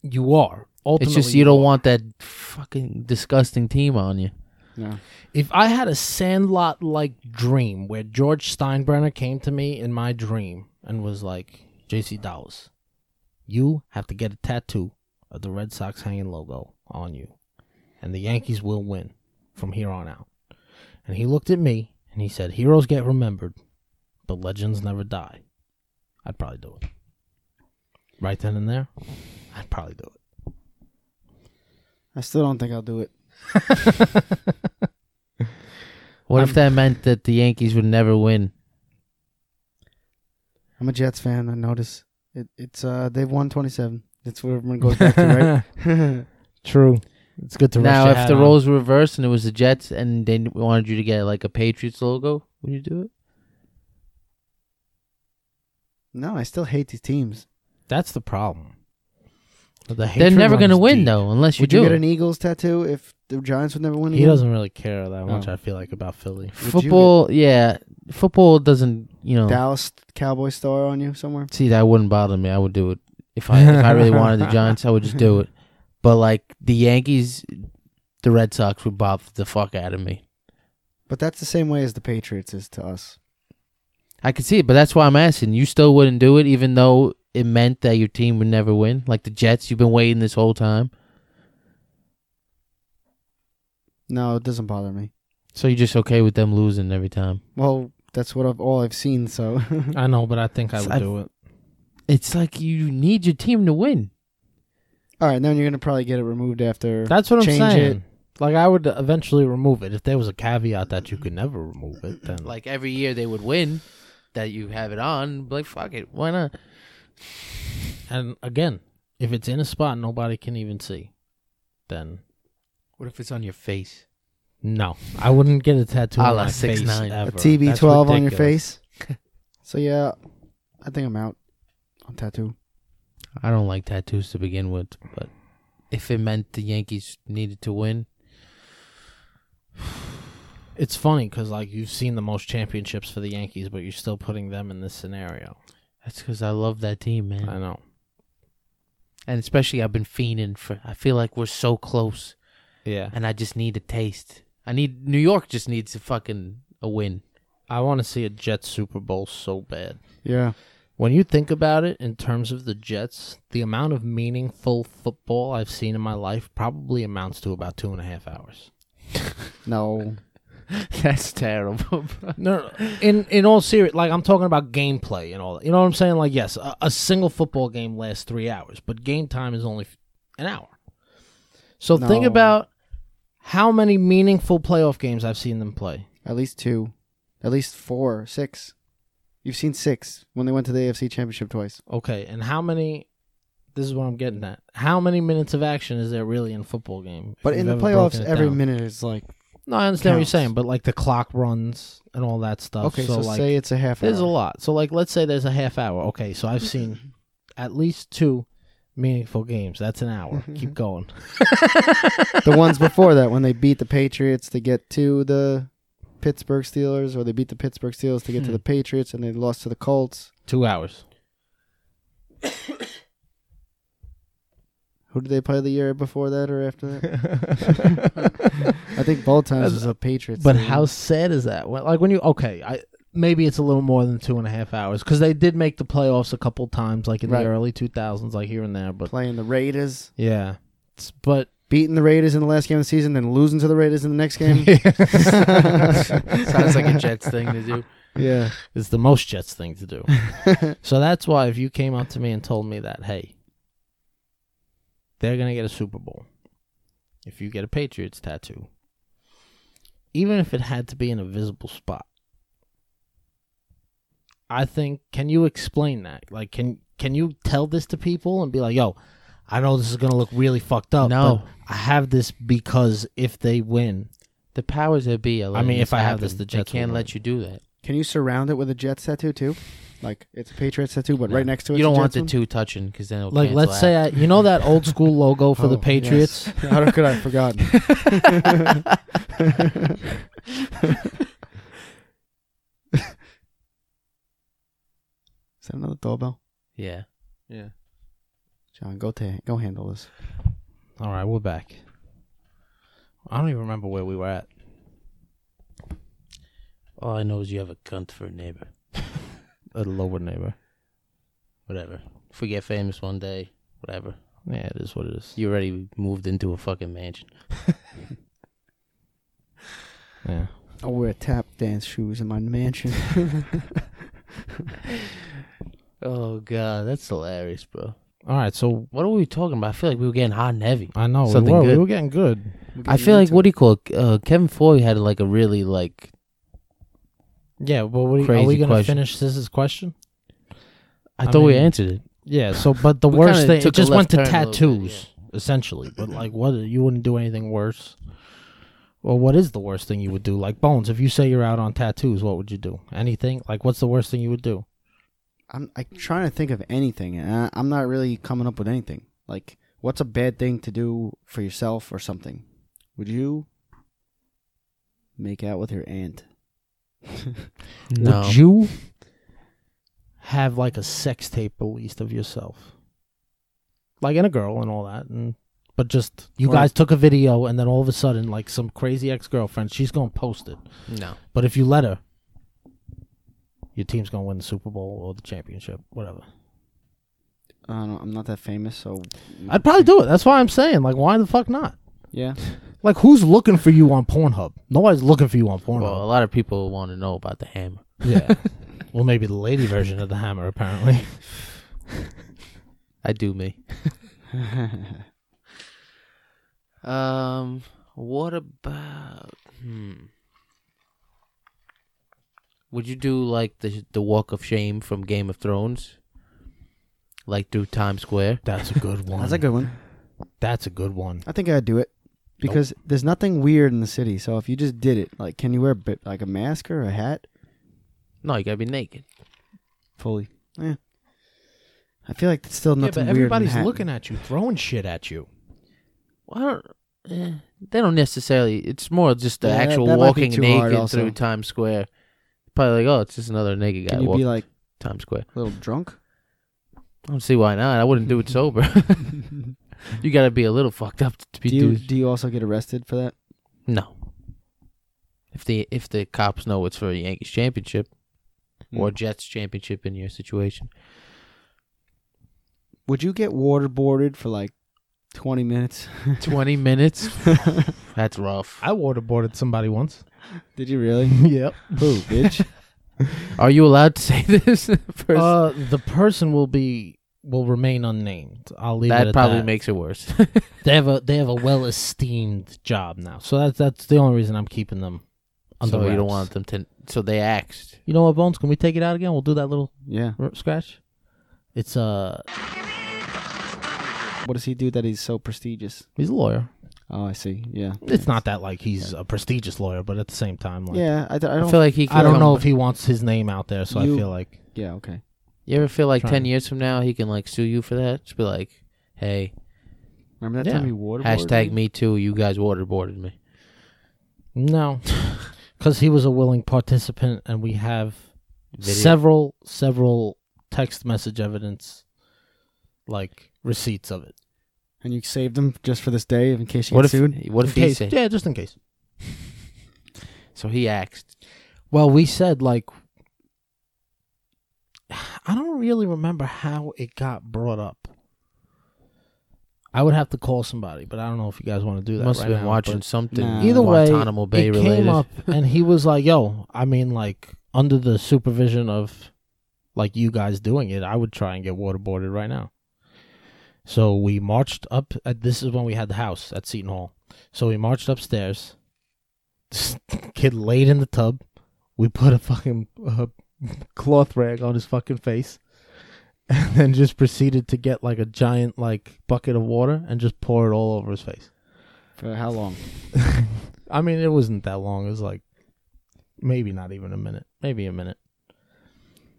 you are. Ultimately,
It's just you don't want that fucking disgusting team on you.
No.
If I had a Sandlot like dream where George Steinbrenner came to me in my dream and was like, JC Dallas, you have to get a tattoo of the Red Sox hanging logo on you, and the Yankees will win from here on out. And he looked at me and he said, Heroes get remembered, but legends never die. I'd probably do it. Right then and there, I'd probably do it.
I still don't think I'll do it.
What if that meant that the Yankees would never win?
I'm a Jets fan. I notice it, it's uh they've won 27. That's what everyone goes back to, right?
True. It's good to rest
now,
your
if
hat
the
on.
roles were reversed and it was the Jets and they wanted you to get like a Patriots logo, would you do it?
no, I still hate these teams.
That's the problem. The
They're
hatred
never
runs
going to win
deep.
though, unless you
Would
do
you get
it.
an Eagles tattoo if the Giants would never win?
He
again?
doesn't really care that much.
No.
I feel like about Philly.
you
football, yeah, football doesn't. You know,
Dallas Cowboy star on you somewhere.
see that wouldn't bother me. I would do it if I if I really wanted the Giants, I would just do it. But like the Yankees, the Red Sox would bother the fuck out of me.
But that's the same way as the Patriots is to us.
I can see it, but that's why I'm asking. You still wouldn't do it, even though it meant that your team would never win, like the Jets. You've been waiting this whole time.
No, it doesn't bother me.
So you're just okay with them losing every time?
Well, that's what I've all I've seen. So
I know, but I think I
So
would
I-
do it.
It's like you need your team to win.
all right, then you're gonna probably get it removed after.
That's what I'm
Change
saying. Like I would eventually remove it if there was a caveat that you could never remove it. Then like
Like every year they would win that you have it on. Like fuck it, why not?
and again, if it's in a spot nobody can even see, then
What if it's on your face?
no, I wouldn't get a tattoo
A
on
la
my
6ix9ine.
face
a
ever.
TB
That's
twelve on your
ridiculous.
face. so yeah, I think I'm out on tattoo.
I don't like tattoos to begin with, but if it meant the Yankees needed to win,
It's funny because like you've seen the most championships for the Yankees, but you're still putting them in this scenario.
that's because I love that team, man.
I know.
and especially I've been fiending for. I feel like we're so close,
Yeah,
and I just need a taste. I need New York just needs a fucking a win.
I want to see a Jets Super Bowl so bad.
Yeah,
When you think about it in terms of the Jets, the amount of meaningful football I've seen in my life probably amounts to about two and a half hours.
no,
that's terrible.
No, no, in in all serious, like I'm talking about gameplay and all that. You know what I'm saying? Like, yes, a, a single football game lasts three hours, but game time is only f- an hour. So think
No.
about how many meaningful playoff games I've seen them play.
at least two, at least four, six. You've seen six when they went to the AFC Championship twice.
Okay, and how many? This is what I'm getting at. How many minutes of action is there really in a football game? if
But in
you've
the
ever
playoffs,
broken it
every
down?
minute is like
No, I
counts.
understand what you're saying, but like the clock runs and all that stuff.
okay. So,
Uh, like,
say it's a half.
There's a
hour.
lot. So like let's say there's a half hour. Okay, so I've seen at least two meaningful games. That's an hour. Keep going.
the ones before that when they beat the Patriots to get to the Pittsburgh Steelers, or they beat the Pittsburgh Steelers to get to the
Hmm.
Patriots, and they lost to the Colts.
Two hours.
Who did they play the year before that or after that? I think both times was a Patriots.
But
game.
how sad is that? When, like when you okay, I maybe it's a little more than two and a half hours because they did make the playoffs a couple times, like in
Right.
the early 2000s, like here and there. But
playing the Raiders,
yeah, It's- but
beating the Raiders in the last game of the season, then losing to the Raiders in the next game?
Sounds like a Jets thing to do.
yeah,
it's the most Jets thing to do. so that's why if you came up to me and told me that, hey, they're gonna get a Super Bowl if you get a Patriots tattoo, even if it had to be in a visible spot. I think can you explain that? Like can can you tell this to people and be like, yo, I know this is gonna look really fucked up.
No.
but I have this because if they win,
The powers that be. Are letting
mean, if I have
happen.
this, the Jets
they
will
can't
win.
let you do that.
can you surround it with a Jets tattoo too? Like it's a Patriots tattoo, but right next to it,
You don't want the
tattoo.
two touching because then it'll
like
cancel
let's say
out.
I, you know that old school logo for
Oh,
the
yes.
Patriots.
How could I have forgotten? Is that another doorbell?
yeah.
John, go ta- go handle this.
All right, we're back. I don't even remember where we were at.
All I know is you have a cunt for a neighbor.
A lower neighbor.
Whatever. If we get famous one day, whatever.
Yeah, it is what it is.
You already moved into a fucking mansion.
Yeah.
I'll wear Oh, tap dance shoes in my mansion.
Oh god, that's hilarious, bro.
All right, so
What are we talking about? I feel like we were getting hot and heavy.
I know
Something
we were we
good.
were getting good.
I feel like what do you call it? Uh, Kevin Foy had like a really like
Yeah, but what are, you- are
Crazy
we going to
question.
finish this question?
I,
I
thought we
mean-
answered it.
Yeah. So, but the
We
worst
kinda
thing, it
took a
just went
left
to
turn a little bit,
tattoos essentially. But like, what you wouldn't do anything worse. Well, what is the worst thing you would do? Like bones, if you say you're out on tattoos, what would you do? Anything? Like, what's the worst thing you would do?
I'm I'm trying to think of anything, and I- I'm not really coming up with anything. Like, what's a bad thing to do for yourself or something? Would you make out with your aunt?
No.
Would you have like a sex tape released of yourself? Like in a girl and all that and but just you
Or-
guys took a video and then all of a sudden like some crazy ex-girlfriend, she's going to post it.
No.
But if you let her, your team's going to win the Super Bowl or the championship, whatever.
I don't, I'm not that famous, so
I'd probably do it. That's why I'm saying like why the fuck not?
yeah.
Like, who's looking for you on Pornhub? Nobody's looking for you on Pornhub.
Well, a lot of people want to know about the hammer.
yeah. well, maybe the lady version of the hammer, apparently.
I do me. Um, what about hmm? Would you do like the the walk of shame from Game of Thrones? Like through Times Square?
That's a good one.
That's a good one.
That's a good one.
I think I'd do it because there's nothing weird in the city. So if you just did it, like, can you wear a bit, like a mask or a hat?
No, you gotta be naked.
Fully. Yeah. I feel like it's still
Yeah,
nothing
but
weird.
everybody's looking at you, throwing shit at you.
Well, I don't. Eh, they don't necessarily. It's more just the
Yeah, that-
actual
that might be
walking
too hard
naked
also.
through Times Square. Probably like, oh, it's just another naked guy
Can you be
walking
like
Times Square.
a little drunk?
I don't see why not. I wouldn't do it sober. you gotta be a little fucked up to be
Do you
do.
do you also get arrested for that?
No. If the if the cops know it's for a Yankees championship
Hmm.
or Jets championship in your situation,
Would you get waterboarded for like twenty minutes?
twenty minutes. That's rough.
I waterboarded somebody once.
Did you really?
yep.
Who, bitch?
Are you allowed to say this? First?
Uh, the person will be will remain unnamed. I'll leave it
that
at
probably
that.
makes it worse.
They have a they have a well esteemed job now, so that's that's the only reason I'm keeping them. Under
so you don't
wraps.
want them to. So they axed.
You know what, Bones? Can we take it out again? We'll do that little
yeah.
r- scratch. It's uh,
What does he do that he's so prestigious?
he's a lawyer.
Oh, I see. Yeah.
It's not that like he's a prestigious lawyer, but at the same time, like
Yeah, I, th- I
I,
don't.
feel like he. Can
I don't
come-
know if he wants his name out there, so
You-
I feel like
yeah. Okay.
You ever feel like
Trying.
ten years from now he can like sue you for that? Just be like, hey,
Remember that
Yeah.
time he waterboarded?
hashtag me too. You guys waterboarded me.
no, because he was a willing participant, and we have
Video.
several several text message evidence, like receipts of it.
And you saved him just for this day in case you
What
get
if?
sued.
What
In
if he
case-
said?
yeah, just in case.
So he axed.
Well, we said like I don't really remember how it got brought up. I would have to call somebody, but I don't know if you guys want to do that.
Must
right
have been
now,
watching
but
something.
Nah.
Either way,
Guantanamo Bay
it
related.
came up, and he was like, "Yo, I mean, like under the supervision of like you guys doing it, I would try and get waterboarded right now." So we marched up. At, this is when we had the house at Seton Hall. So we marched upstairs. This kid laid in the tub. We put a fucking uh, cloth rag on his fucking face. And then just proceeded to get like a giant like bucket of water and just pour it all over his face.
For how long?
I mean, it wasn't that long. It was like maybe not even a minute, maybe a minute.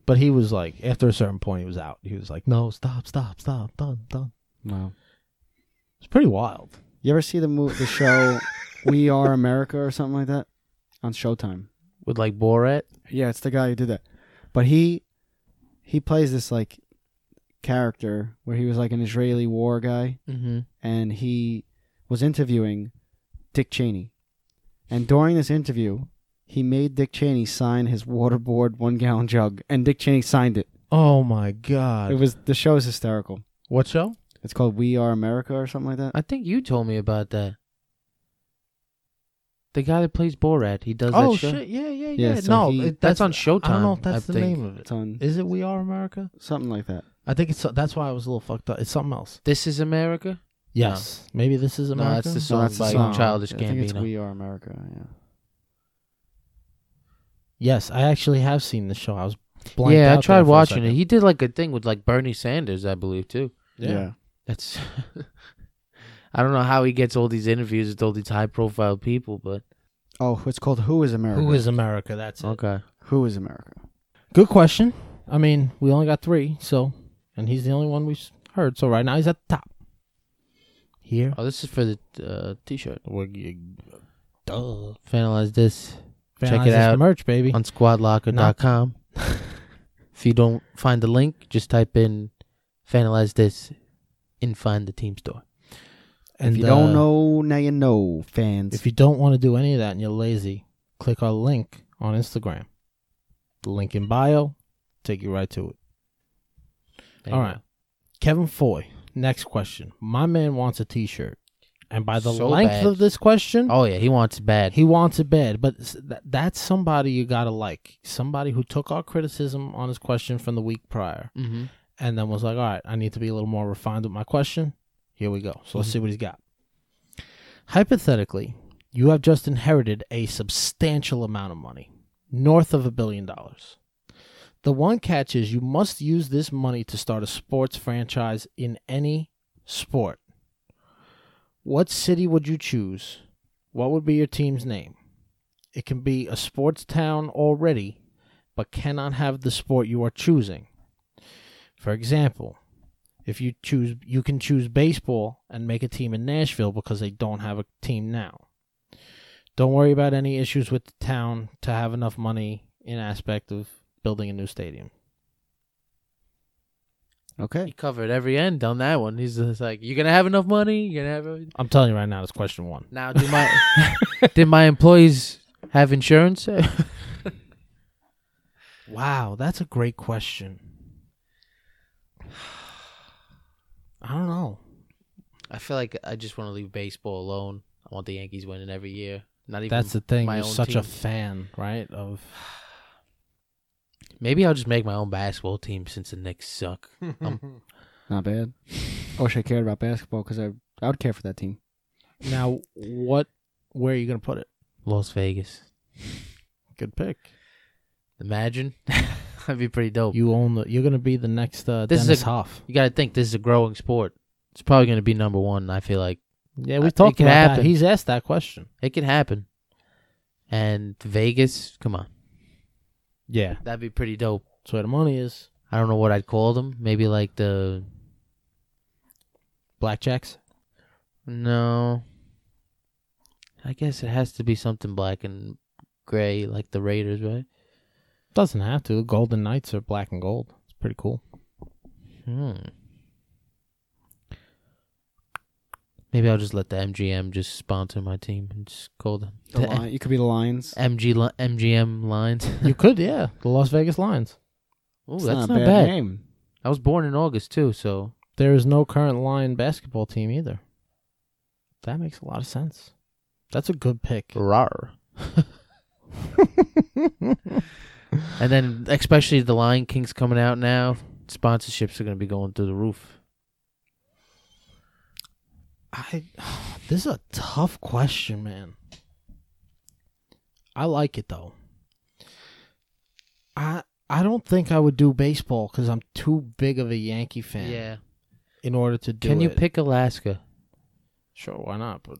But he was like, after a certain point, he was out. He was like, "No, stop, stop, stop, done, done."
Wow.
It's pretty wild.
You ever see the mo- the show We Are America or something like that on Showtime?
with like Borat.
Yeah, it's the guy who did that. But he he plays this like character where he was like an Israeli war guy
Mm-hmm.
and he was interviewing Dick Cheney. And during this interview, he made Dick Cheney sign his waterboard one gallon jug and Dick Cheney signed it.
Oh my
It
god!
was the show is hysterical.
What show?
It's called We Are America or something like that.
I think you told me about that. The guy that plays Borat, he does
oh
that show.
shit! Yeah, yeah,
Yeah,
yeah.
so
no,
he-
it-
That's on Showtime.
I don't know if that's the
I think.
name of it.
It's on
Is it We Are America?
something like that.
I think it's that's why I was a little fucked up. It's something else.
This is America.
Yes, maybe this is
No,
America.
that's the
No,
song
that's the
by
song.
Childish
I think it's
Gambino.
We Are America, yeah.
Yes, I actually have seen the show. I was blanked
yeah, I
out
tried
there for a
watching it.
second.
He did like a thing with like Bernie Sanders, I believe, too.
yeah,
That's I don't know how he gets all these interviews with all these high profile people, but
Oh, it's called Who is America?
who is America? That's it.
okay.
Who is America?
Good question. I mean, we only got three, so and he's the only one we've heard. So right now he's at the top. Here,
Oh, this is for the uh, t-shirt.
we're, g- duh.
Finalize this
Check
it
it
out.
out, merch baby.
on squadlocker.com. if you don't find the link, just type in finalize this in find the team store.
if
And
you don't
uh,
know, now you know, fans.
if you don't want to do any of that and you're lazy, click our link on Instagram. The link in bio, take you right to it.
There
All
you
right, Kevin Foy. Next question. My man wants a T-shirt. And by the
So
length
bad.
of this question,
Oh yeah, he wants it bad.
he wants it bad. But s- th- that's somebody you gotta like. Somebody who took our criticism on his question from the week prior,
mm-hmm.
and then was like, "All right, I need to be a little more refined with my question." Here we go. So let's see what he's got. Hypothetically, you have just inherited a substantial amount of money, north of a billion dollars. The one catch is you must use this money to start a sports franchise in any sport. What city would you choose? What would be your team's name? It can be a sports town already, but cannot have the sport you are choosing. For example, if you choose you can choose baseball and make a team in Nashville because they don't have a team now. Don't worry about any issues with the town to have enough money in aspect of building a new stadium.
He
Okay.
covered every end on that one. He's just like, "You're gonna have enough money. You're gonna have everything."
I'm telling you right now, that's question one.
Now, do my did my employees have insurance?
Wow, that's a great question. I don't know.
I feel like I just want to leave baseball alone. I want the Yankees winning every year. Not even
That's the thing.
my
You're
own
such a
team.
fan, right? Of
Maybe I'll just make my own basketball team since the Knicks suck.
Not bad. I wish I cared about basketball because I I would care for that team.
now, what? Where are you gonna put it?
Las Vegas.
Good pick.
Imagine. That'd be pretty dope. You,
You own the. You're gonna be the next uh,
This is
Dennis
a-
Hoff.
got to think this is a growing sport. It's probably going to be number one. I feel like
Yeah,
I-
we
Uh, it
talked
could
about
happen.
that. He's asked that question.
it could happen. And Vegas, come on,
Yeah,
that'd be pretty dope.
that's where the money is.
I don't know what I'd call them. Maybe like the
Blackjacks.
No. I guess it has to be something black and gray, like the Raiders, right?
Doesn't have to. Golden Knights are black and gold. It's pretty cool.
Hmm. Maybe I'll just let the MGM just sponsor my team and just call them
The
the
Lion- you could be the Lions.
M- MG li- MGM Lions.
You could, yeah. The Las Vegas Lions.
oh,
It's
that's not,
a
bad.
name.
I was born in August too, so
There is no current Lion basketball team either. That makes a lot of sense. That's a good pick.
rar. and then, especially the Lion King's coming out now. Sponsorships are going to be going through the roof.
I this is a tough question, man. I like it though. I I don't think I would do baseball because I'm too big of a Yankee fan.
Yeah.
In order to do
Can you
it.
pick Alaska?
Sure, why not? But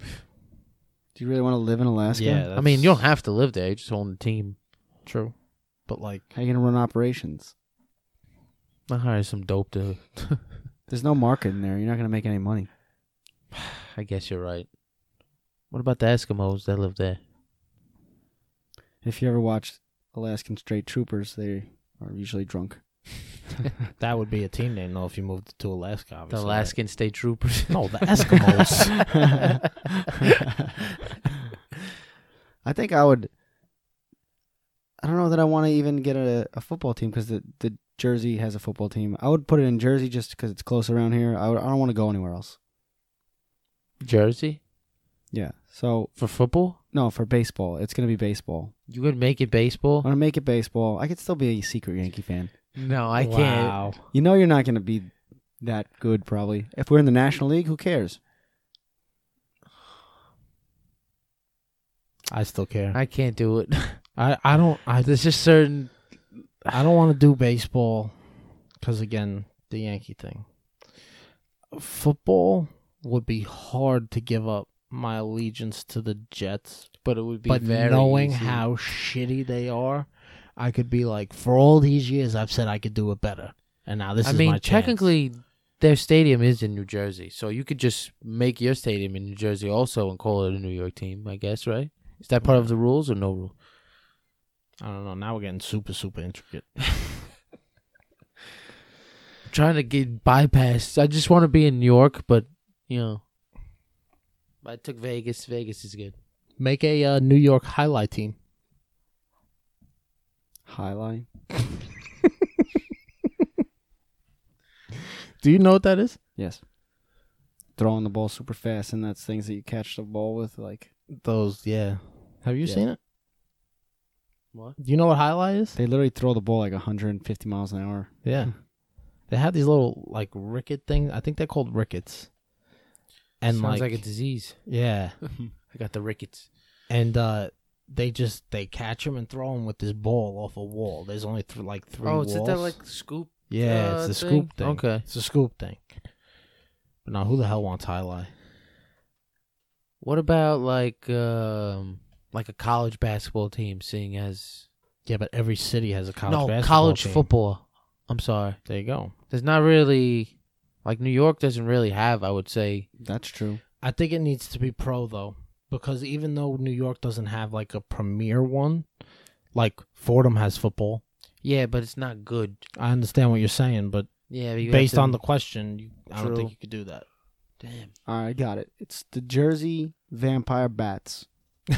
Do you really want to live in Alaska?
yeah,
I mean, you don't
that's
have to live there. You just own the team.
true. But like,
How you gonna run operations?
I hire some dope to.
There's no market in there. You're not gonna make any money.
I guess you're right. What about the Eskimos that live there?
If you ever watched Alaskan Straight Troopers, they are usually drunk.
that would be a team name though if you moved to Alaska.
The
Obviously, right?
Alaskan State Troopers.
No, the Eskimos.
I think I would. I don't know that I want to even get a, a football team because the, the Jersey has a football team. I would put it in Jersey just because it's close around here. I, would, I don't want to go anywhere else.
Jersey
Yeah. So,
for football?
no, for baseball, it's going to be baseball.
You would make it
I'm
baseball?
going to make it baseball. I could still be a secret Yankee fan.
No, I can't.
Wow.
You know, you're not going to be that good, probably. If we're in the National League, who cares?
I still care.
I can't do it.
I, I don't I
There's just certain.
I don't want to do baseball because again, the Yankee thing. Football would be hard to give up my allegiance to the Jets,
But it would be
but
very
knowing
easy.
how shitty they are, I could be like, for all these years, I've said I could do it better, and now this
I
is
mean,
my chance.
technically, their stadium is in New Jersey, so you could just make your stadium in New Jersey also and call it a New York team. I guess, right? Is that part of the rules or no rule?
I don't know. Now we're getting super super intricate.
trying to get bypassed. I just want to be in New York, but you know, I took Vegas. Vegas is good.
Make a uh, New York highlight team.
Highline.
Do you know what that is?
Yes. throwing the ball super fast, and that's things that you catch the ball with. Like
Those, yeah. Have you
Yeah.
seen it?
What?
Do you know what highlight is?
they literally throw the ball like 150 miles an hour.
Yeah. They have these little like ricket things. I think they're called rickets. And
Sounds like,
like,
a disease.
yeah,
I got the rickets.
and uh they just they catch him and throw him with this ball off a wall. There's only th- like three.
Oh,
walls.
is it that like scoop?
Yeah,
uh,
it's the
thing?
scoop thing.
Okay.
it's the scoop thing. But now, who the hell wants highlight?
What about like um like a college basketball team, seeing as
Yeah, but every city has a college.
no
basketball
college
team.
football? I'm sorry.
There you go.
There's not really like New York doesn't really have. I would say
That's true.
I think it needs to be pro though, because even though New York doesn't have like a premier one, like Fordham has football.
yeah, but it's not good.
I understand what you're saying, but
Yeah, you have
based
to-
on the question, you, I don't
True.
think you could do that.
damn.
All right, I got it. It's the Jersey Vampire Bats.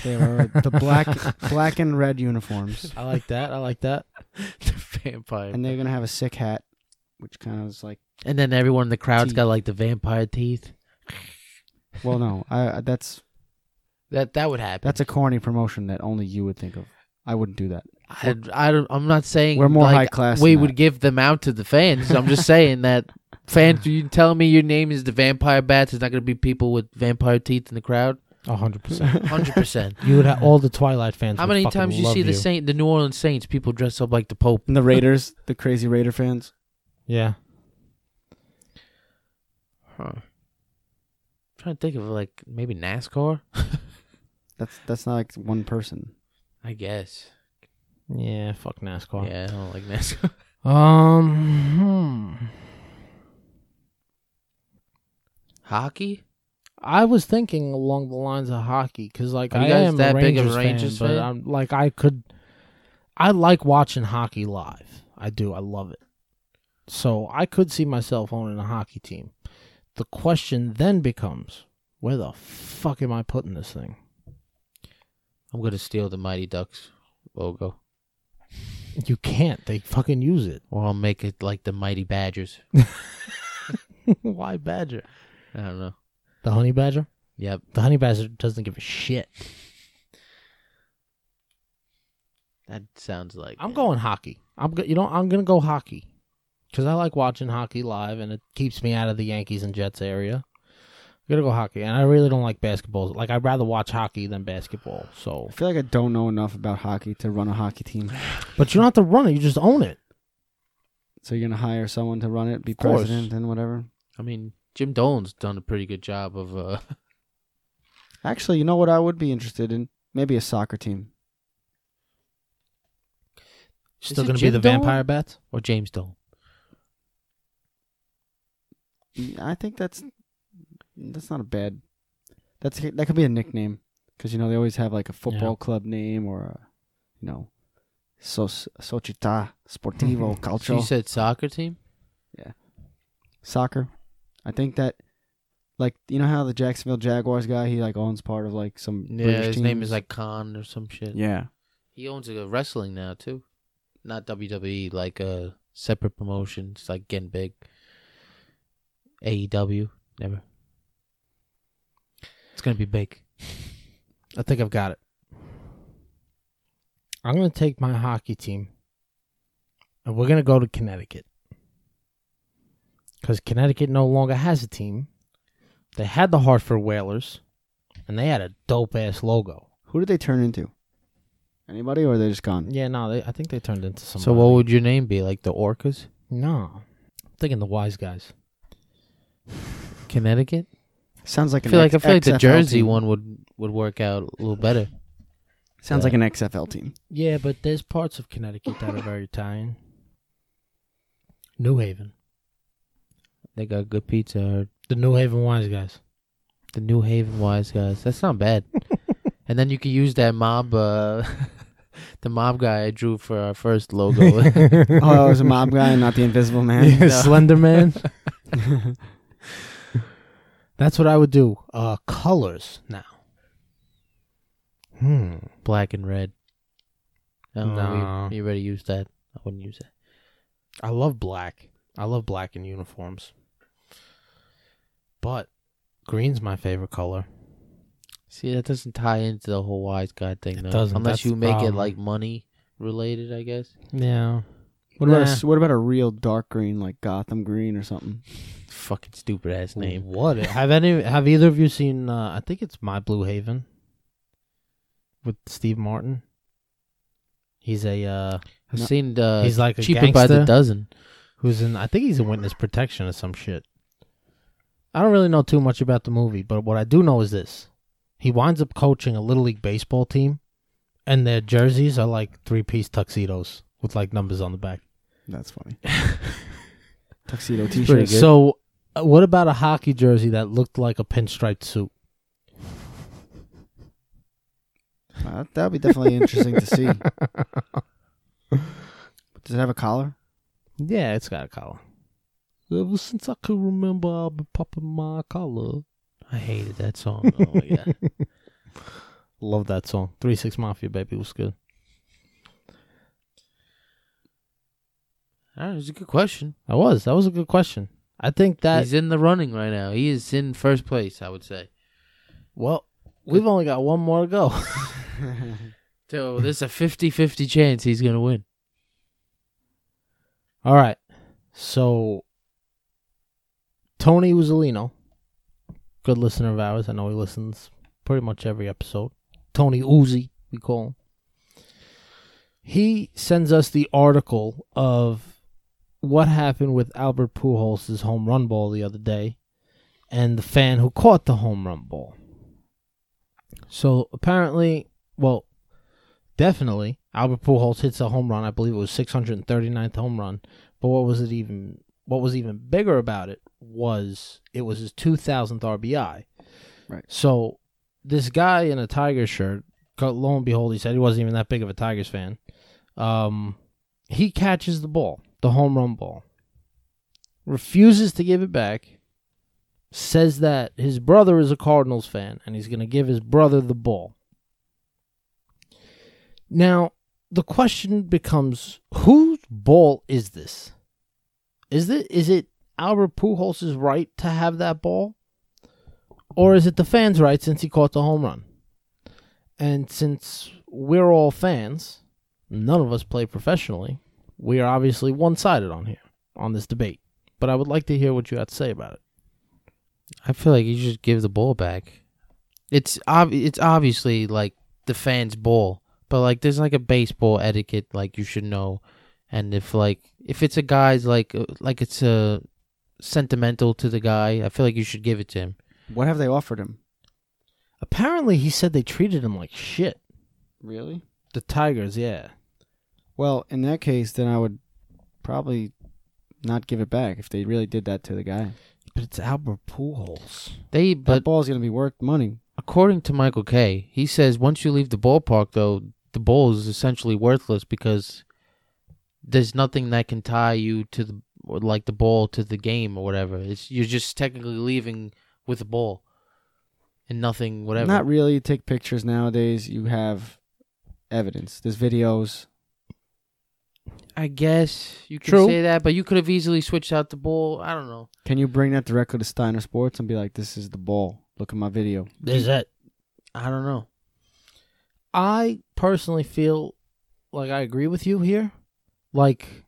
They were the black, black and red uniforms,
I like that. I like that.
the vampire.
and
And,
they're gonna have a sick hat, which kind of is like,
then everyone in the crowd's
Teeth.
got like the vampire teeth.
well, no, I I- that's
That that would happen.
that's a corny promotion that only you would think of. I wouldn't do that.
I, I don't, I'm not saying
We're more
like,
high class.
We
than
would
that.
give them out to the fans. I'm just saying that fans. You telling me your name is the vampire bats? It's not going to be people with vampire teeth in the crowd.
hundred percent.
Hundred percent.
You would have all the Twilight fans.
How
would
many
fucking
times you
love
see the Saint, the New Orleans Saints people dress up like the Pope?
And the Raiders, the crazy Raider fans.
Yeah.
I'm trying to think of like maybe NASCAR.
That's that's not like one person.
I guess.
Yeah. Fuck NASCAR.
Yeah, I don't like NASCAR.
Um. hmm.
Hockey?
I was thinking along the lines of hockey because, like,
Are
I
you guys
am
that
a
big of
Rangers,
a Rangers
fan,
fan?
but I'm like, I could, I like watching hockey live. I do. I love it. So I could see myself owning a hockey team. The question then becomes, where the fuck am I putting this thing?
I'm gonna steal the Mighty Ducks logo,
You can't. They fucking use it.
or I'll make it like the Mighty Badgers.
Why badger?
I don't know.
The honey badger.
Yep.
The honey badger doesn't give a shit.
That sounds like
I'm going hockey. I'm go- you know I'm gonna go hockey because I like watching hockey live and it keeps me out of the Yankees and Jets area. I'm gonna go hockey, and I really don't like basketball. Like I'd rather watch hockey than basketball. So,
I feel like I don't know enough about hockey to run a hockey team.
but you don't have to run it; you just own it.
So you're gonna hire someone to run it, be
course.
president and whatever.
I mean, Jim Dolan's done a pretty good job of uh
Actually, you know what I would be interested in? Maybe a soccer team.
Still
it
gonna be
Jim
the
Dolan?
vampire bats.
or James Dolan.
I think that's that's not a bad. That's that could be a nickname because you know they always have like a football club name or a, you know, Sos, Società Sportivo
So you
Calcio
said soccer team?
soccer. I think that like you know how the Jacksonville Jaguars guy he like owns part of like some
Yeah,
British
his name
teams?
is like Khan or some shit.
yeah
He owns a wrestling now too, not WWE like a separate promotion. It's like getting big. AEW never. It's gonna be big.
I think I've got it. I'm gonna take my hockey team, and we're gonna go to Connecticut because Connecticut no longer has a team. They had the Hartford Whalers, and they had a dope ass logo.
who did they turn into? Anybody or they just gone?
Yeah, no, they, I think they turned into somebody.
So what would your name be? Like the Orcas,
No, I'm thinking the Wise Guys.
Connecticut.
Sounds like
I
an
feel like
X-
I feel like the
XFL
Jersey
team.
one would would work out a little better.
Sounds
Yeah.
like an XFL team.
Yeah, but there's parts of Connecticut that are very Italian. New Haven,
They got good pizza. Or
the New Haven Wise Guys.
the New Haven Wise guys. That's not bad. and then you could use that mob. uh The mob guy I drew for our first logo.
Oh, it was a mob guy, and not the Invisible Man.
Yeah, Slender Man. That's what I would do. Uh, colors now. Hmm.
black and red. No,
No.
We, you already used that. I wouldn't use that.
I love black. I love black in uniforms. But Green's my favorite color.
See, that doesn't tie into the whole wise guy thing,
It
though.
doesn't,
Unless
that's
you
the
make it
problem.
like money related, I guess.
Yeah.
What about a,
Nah.
s- what about a real dark green like Gotham green or something?
Fucking stupid ass name.
What have any? Have either of you seen? Uh, I think it's My Blue Haven with Steve Martin. He's a uh,
I've
No.
seen the
he's like a
cheaper by the
gangster.
dozen.
who's in I think he's in witness protection or some shit. I don't really know too much about the movie, but what I do know is this. He winds up coaching a little league baseball team and their jerseys are like three piece tuxedos with like numbers on the back.
That's funny. Tuxedo t-shirt.
pretty good.
So uh, what about a hockey jersey that looked like a pinstriped suit?
Uh, that would be definitely interesting to see. Does it have a collar?
Yeah, it's got a collar. Ever since I could remember I've been popping my collar.
I hated that song. oh my god.
Love that song. Three Six Mafia baby was good.
All right, it's a good question.
That was. That was a good question. I think that
He's in the running right now. He is in first place, I would say.
well, we've only got one more to go.
So there's a 50-50 chance he's gonna win.
All right. So Tony Uzzolino, good listener of ours. I know he listens pretty much every episode. Tony Uzi, we call him. He sends us the article of what happened with Albert Pujols' home run ball the other day and the fan who caught the home run ball. So apparently, well, definitely, Albert Pujols hits a home run. I believe it was 639th home run. But what was it even? What was even bigger about it was it was his 2,000th RBI.
Right.
So this guy in a Tiger shirt, co- lo and behold, he said he wasn't even that big of a Tigers fan. Um, he catches the ball, the home run ball, refuses to give it back, says that his brother is a Cardinals fan and he's going to give his brother the ball. Now, the question becomes whose ball is this? Is it is it Albert Pujols' right to have that ball? Or is it the fans' right since he caught the home run? And since we're all fans, none of us play professionally, we are obviously one-sided on here on this debate. But I would like to hear what you have to say about it.
I feel like you should give the ball back. It's ob- it's obviously like the fans' ball, but like there's like a baseball etiquette like you should know, and if like if it's a guy's like uh, like it's uh, sentimental to the guy, I feel like you should give it to him.
What have they offered him?
Apparently, he said they treated him like shit.
Really?
The Tigers, yeah.
Well, in that case, then I would probably not give it back if they really did that to the guy.
But it's Albert Pujols.
They
That
but
ball's gonna be worth money.
according to Michael K, he says once you leave the ballpark though, the ball is essentially worthless because there's nothing that can tie you to the or like the ball to the game or whatever. It's you're just technically leaving with the ball and nothing whatever.
Not really. You take pictures nowadays. You have evidence. There's videos.
I guess you could
True.
say that, but you could have easily switched out the ball. I don't know.
Can you bring that directly to Steiner Sports and be like, "This is the ball. Look at my video."
There's that.
I don't know.
I personally feel like I agree with you here. Like,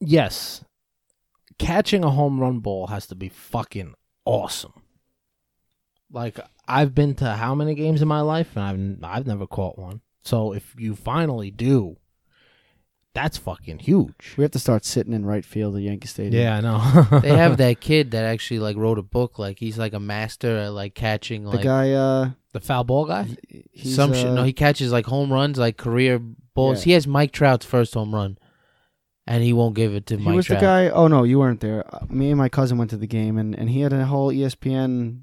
yes, catching a home run ball has to be fucking awesome. Like, I've been to how many games in my life, and I've I've never caught one. So if you finally do, that's fucking huge.
We have to start sitting in right field at Yankee Stadium.
Yeah, I know.
They have that kid that actually like wrote a book. Like he's like a master at like catching
The
like
guy, uh,
the foul ball guy.
he's,
some
uh,
shit. No, he catches like home runs, like career balls.
Yeah.
He has Mike Trout's first home run, and he won't give it to
he
Mike
was
Trout.
the guy. Oh no, you weren't there. Uh, Me and my cousin went to the game, and and he had a whole E ESPN.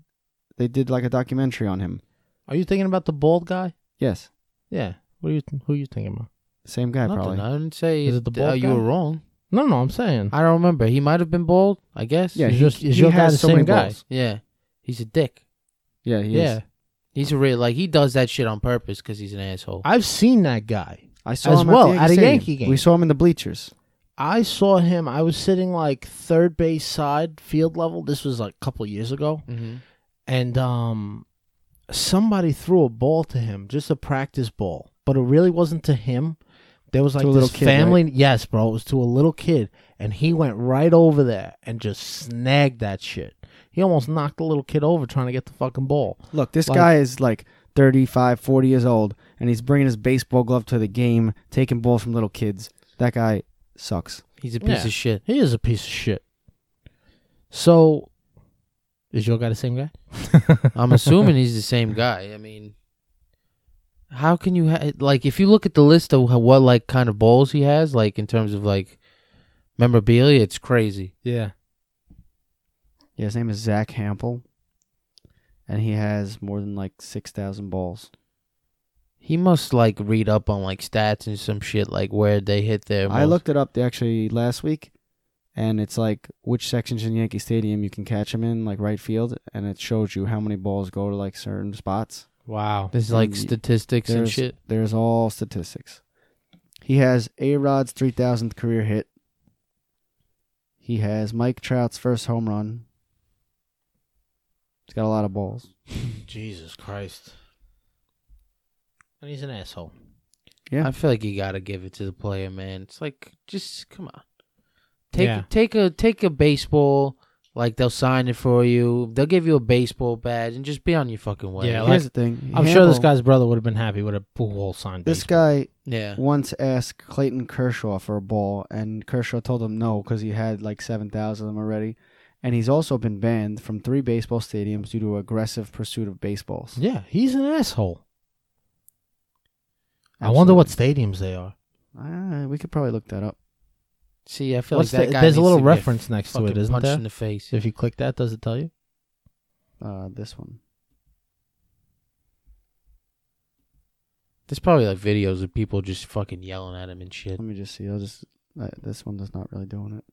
They did like a documentary on him.
Are you thinking about the bald guy?
Yes,
Yeah. What are you? Who are you thinking about?
same guy
Nothing.
probably.
I didn't say
Is it the
th- uh,
bald
you
guy?
were wrong.
No, no. I'm saying.
I don't remember. He might have been bald. I guess.
Yeah,
Is
he,
your- is
he
your guy
has
the
so
same
many
guy?
balls.
Yeah. He's a dick.
Yeah, he
yeah.
is.
He's a real like he does that shit on purpose because he's an asshole.
I've seen that guy.
I saw
As
him
well,
at, the
at a
Stadium.
Yankee game.
We saw him in the bleachers.
I saw him. I was sitting like third base side field level. This was like a couple years ago,
mm-hmm.
and um, somebody threw a ball to him, just a practice ball, but it really wasn't to him. There was like
a
this
little kid,
family. Yes, bro, it was to a little kid, and he went right over there and just snagged that shit. He almost knocked the little kid over trying to get the fucking ball.
Look, this
Like-
guy is like 35, 40 years old, and he's bringing his baseball glove to the game, taking balls from little kids. That guy sucks.
He's a piece
Yeah.
of shit.
He is a piece of shit. So, is your guy the same guy? Uh,
I'm assuming he's the same guy. I mean, how can you ha- like if you look at the list of how, what like kind of balls he has, like in terms of like memorabilia, it's crazy.
Yeah.
Yeah, his name is Zach Hampel, and he has more than like 6,000 balls.
He must like read up on like stats and some shit like where they hit their.
I
most-
looked it up actually last week, and it's like which sections in Yankee Stadium you can catch him in, like right field, and it shows you how many balls go to like certain spots.
Wow.
There's like
Mm,
statistics and shit.
There's all statistics. He has A Rod's 3,000th career hit. He has Mike Trout's first home run. He's got a lot of balls.
Jesus Christ. And he's an asshole.
Yeah.
I feel like you gotta give it to the player, man. It's like just come on, take
Yeah.
take a take a baseball. Like they'll sign it for you. They'll give you a baseball badge and just be on your fucking way.
Yeah, I
Here's
like-
the thing.
I'm sure this
Hampel-
guy's brother would have been happy with a pool signed.
This
baseball.
guy
yeah.
once asked Clayton Kershaw for a ball, and Kershaw told him no because he had like 7,000 of them already. And he's also been banned from three baseball stadiums due to aggressive pursuit of baseballs.
Yeah, he's an asshole. I wonder what stadiums they are.
Absolutely. Uh, we could probably look that up.
See, I feel
What's
like that
the-
guy
there's a
needs
little
to get
reference next to it,
fucking
isn't
punched
there?
in the face.
If you click that, does it tell you?
Uh, this one.
There's probably like videos of people just fucking yelling at him and shit.
Let me just see. I'll just. Uh, this one does not really doing it.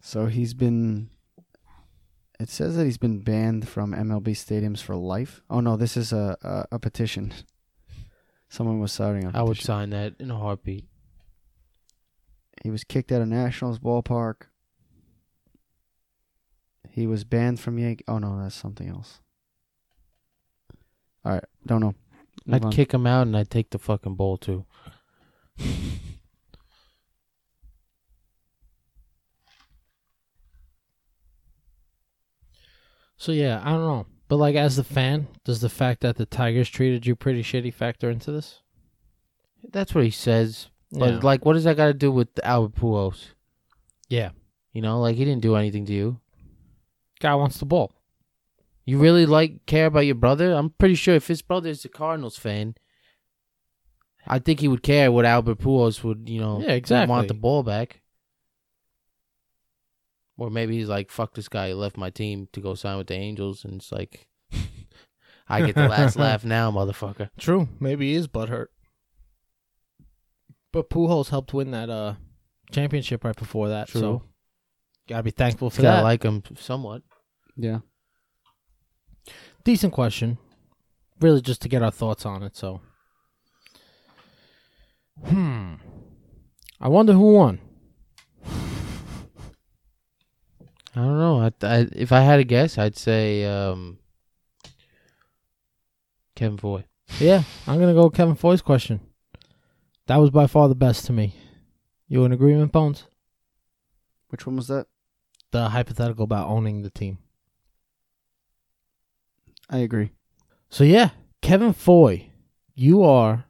So he's been. It says that he's been banned from MLB stadiums for life. Oh no, this is a a, a petition. Someone was starting a
I would
petition.
sign that in a heartbeat.
He was kicked out of Nationals ballpark. He was banned from Yankee. Oh no, that's something else. All right, don't know. Move
I'd
on.
kick him out and I'd take the fucking ball too.
So yeah, I don't know. But like as the fan, does the fact that the Tigers treated you pretty shitty factor into this?
That's what he says. But
Yeah.
like, what does that got to do with Albert Pujols?
Yeah.
You know, like he didn't do anything to you.
Guy wants the ball.
You really like care about your brother? I'm pretty sure if his brother is a Cardinals fan, I think he would care what Albert Pujols would, you know,
Yeah, exactly.
want the ball back. Or maybe he's like, fuck this guy, he left my team to go sign with the Angels, and it's like, I get the last laugh now, motherfucker.
True. Maybe he is butthurt. But Pujols helped win that uh championship right before that.
True.
So gotta be thankful for
So I
that.
like him somewhat.
Yeah.
Decent question. Really just to get our thoughts on it, so. Hmm. I wonder who won.
I don't know. I, I, if I had a guess, I'd say um, Kevin Foy.
Yeah, I'm gonna go with Kevin Foy's question. That was by far the best to me. You in agreement, Bones?
Which one was that?
The hypothetical about owning the team.
I agree.
So yeah, Kevin Foy, you are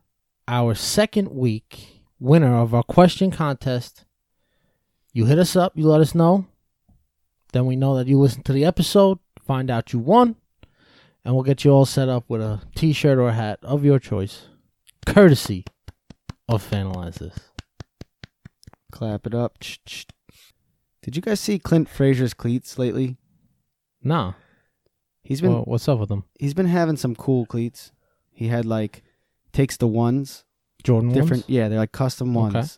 our second week winner of our question contest. You hit us up, you let us know. Then we know that you listened to the episode, find out you won, and we'll get you all set up with a t-shirt or a hat of your choice, courtesy of Fanalyze This.
Clap it up. Ch- ch- Did you guys see Clint Fraser's cleats lately?
Nah,
He's been
wha- what's up with them?
he's been having some cool cleats. He had like takes the ones
Jordan
different.
ones?
Yeah, they're like custom ones,
Okay.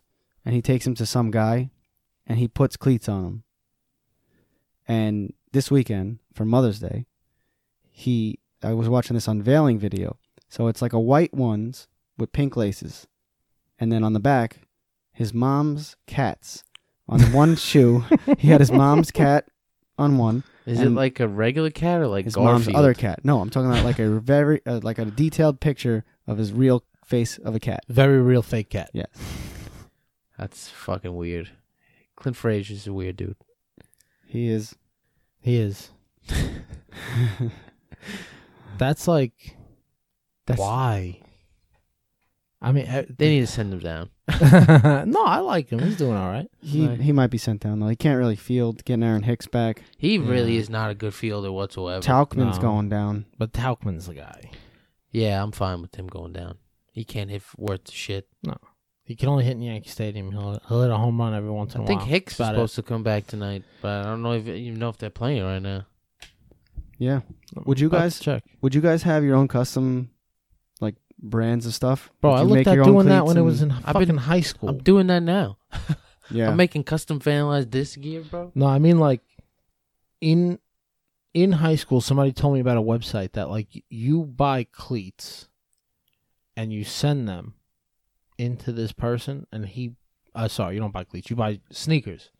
and he takes them to some guy, and he puts cleats on them. And this weekend for Mother's Day, he I was watching this unveiling video. So it's like a white ones with pink laces, and then on the back, his mom's cats on one shoe. He had his mom's cat on one,
Is it
And-
like a regular cat or like
his
Garfield?
mom's other cat. No, I'm talking about like a very uh, like a detailed picture of his real face of a cat.
Very real fake cat.
Yes.
That's fucking weird. Clint Fraser's a weird dude.
He is
He is. That's like
That's-
why. I mean, uh, I-
They need to send him down.
no, I like him. He's doing all right.
he
Right.
he might be sent down though. He can't really field getting Aaron Hicks back.
He
Yeah.
really is not a good fielder whatsoever.
Talkman's
No.
going down.
But Talkman's the guy.
yeah, I'm fine with him going down. He can't hit worth the shit.
He can only hit in Yankee Stadium. He'll, he'll hit a home run every once in
I
a
think
while.
Hicks is
About it.
supposed to come back tonight, but I don't know if even know if they're playing right now.
Yeah. Would you
About to
guys-
check?
Would you guys have your own custom like brands of stuff?
Bro,
Would
I
you
looked
make
at
your own
doing that
cleats
when it
and-
was in
I've
fucking
been-
high school.
I'm doing that now.
Yeah.
I'm making custom finalized this gear, bro.
No, I mean like in in high school somebody told me about a website that like you buy cleats and you send them into this person and he uh sorry, you don't buy cleats, you buy sneakers.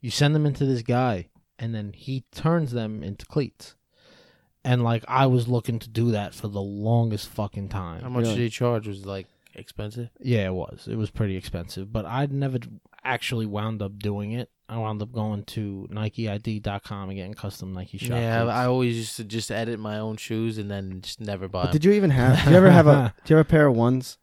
You send them into this guy and then he turns them into cleats. And like I was looking to do that for the longest fucking time.
How much
Really?
did he charge? Was it, like expensive?
Yeah, it was. It was pretty expensive, but I never actually wound up doing it. I wound up going to NikeID.com and getting custom Nike shop.
yeah,
cleats.
I always used to just edit my own shoes and then just never buy
But
them.
did you even have? Do you ever have a? Do you have a pair of ones?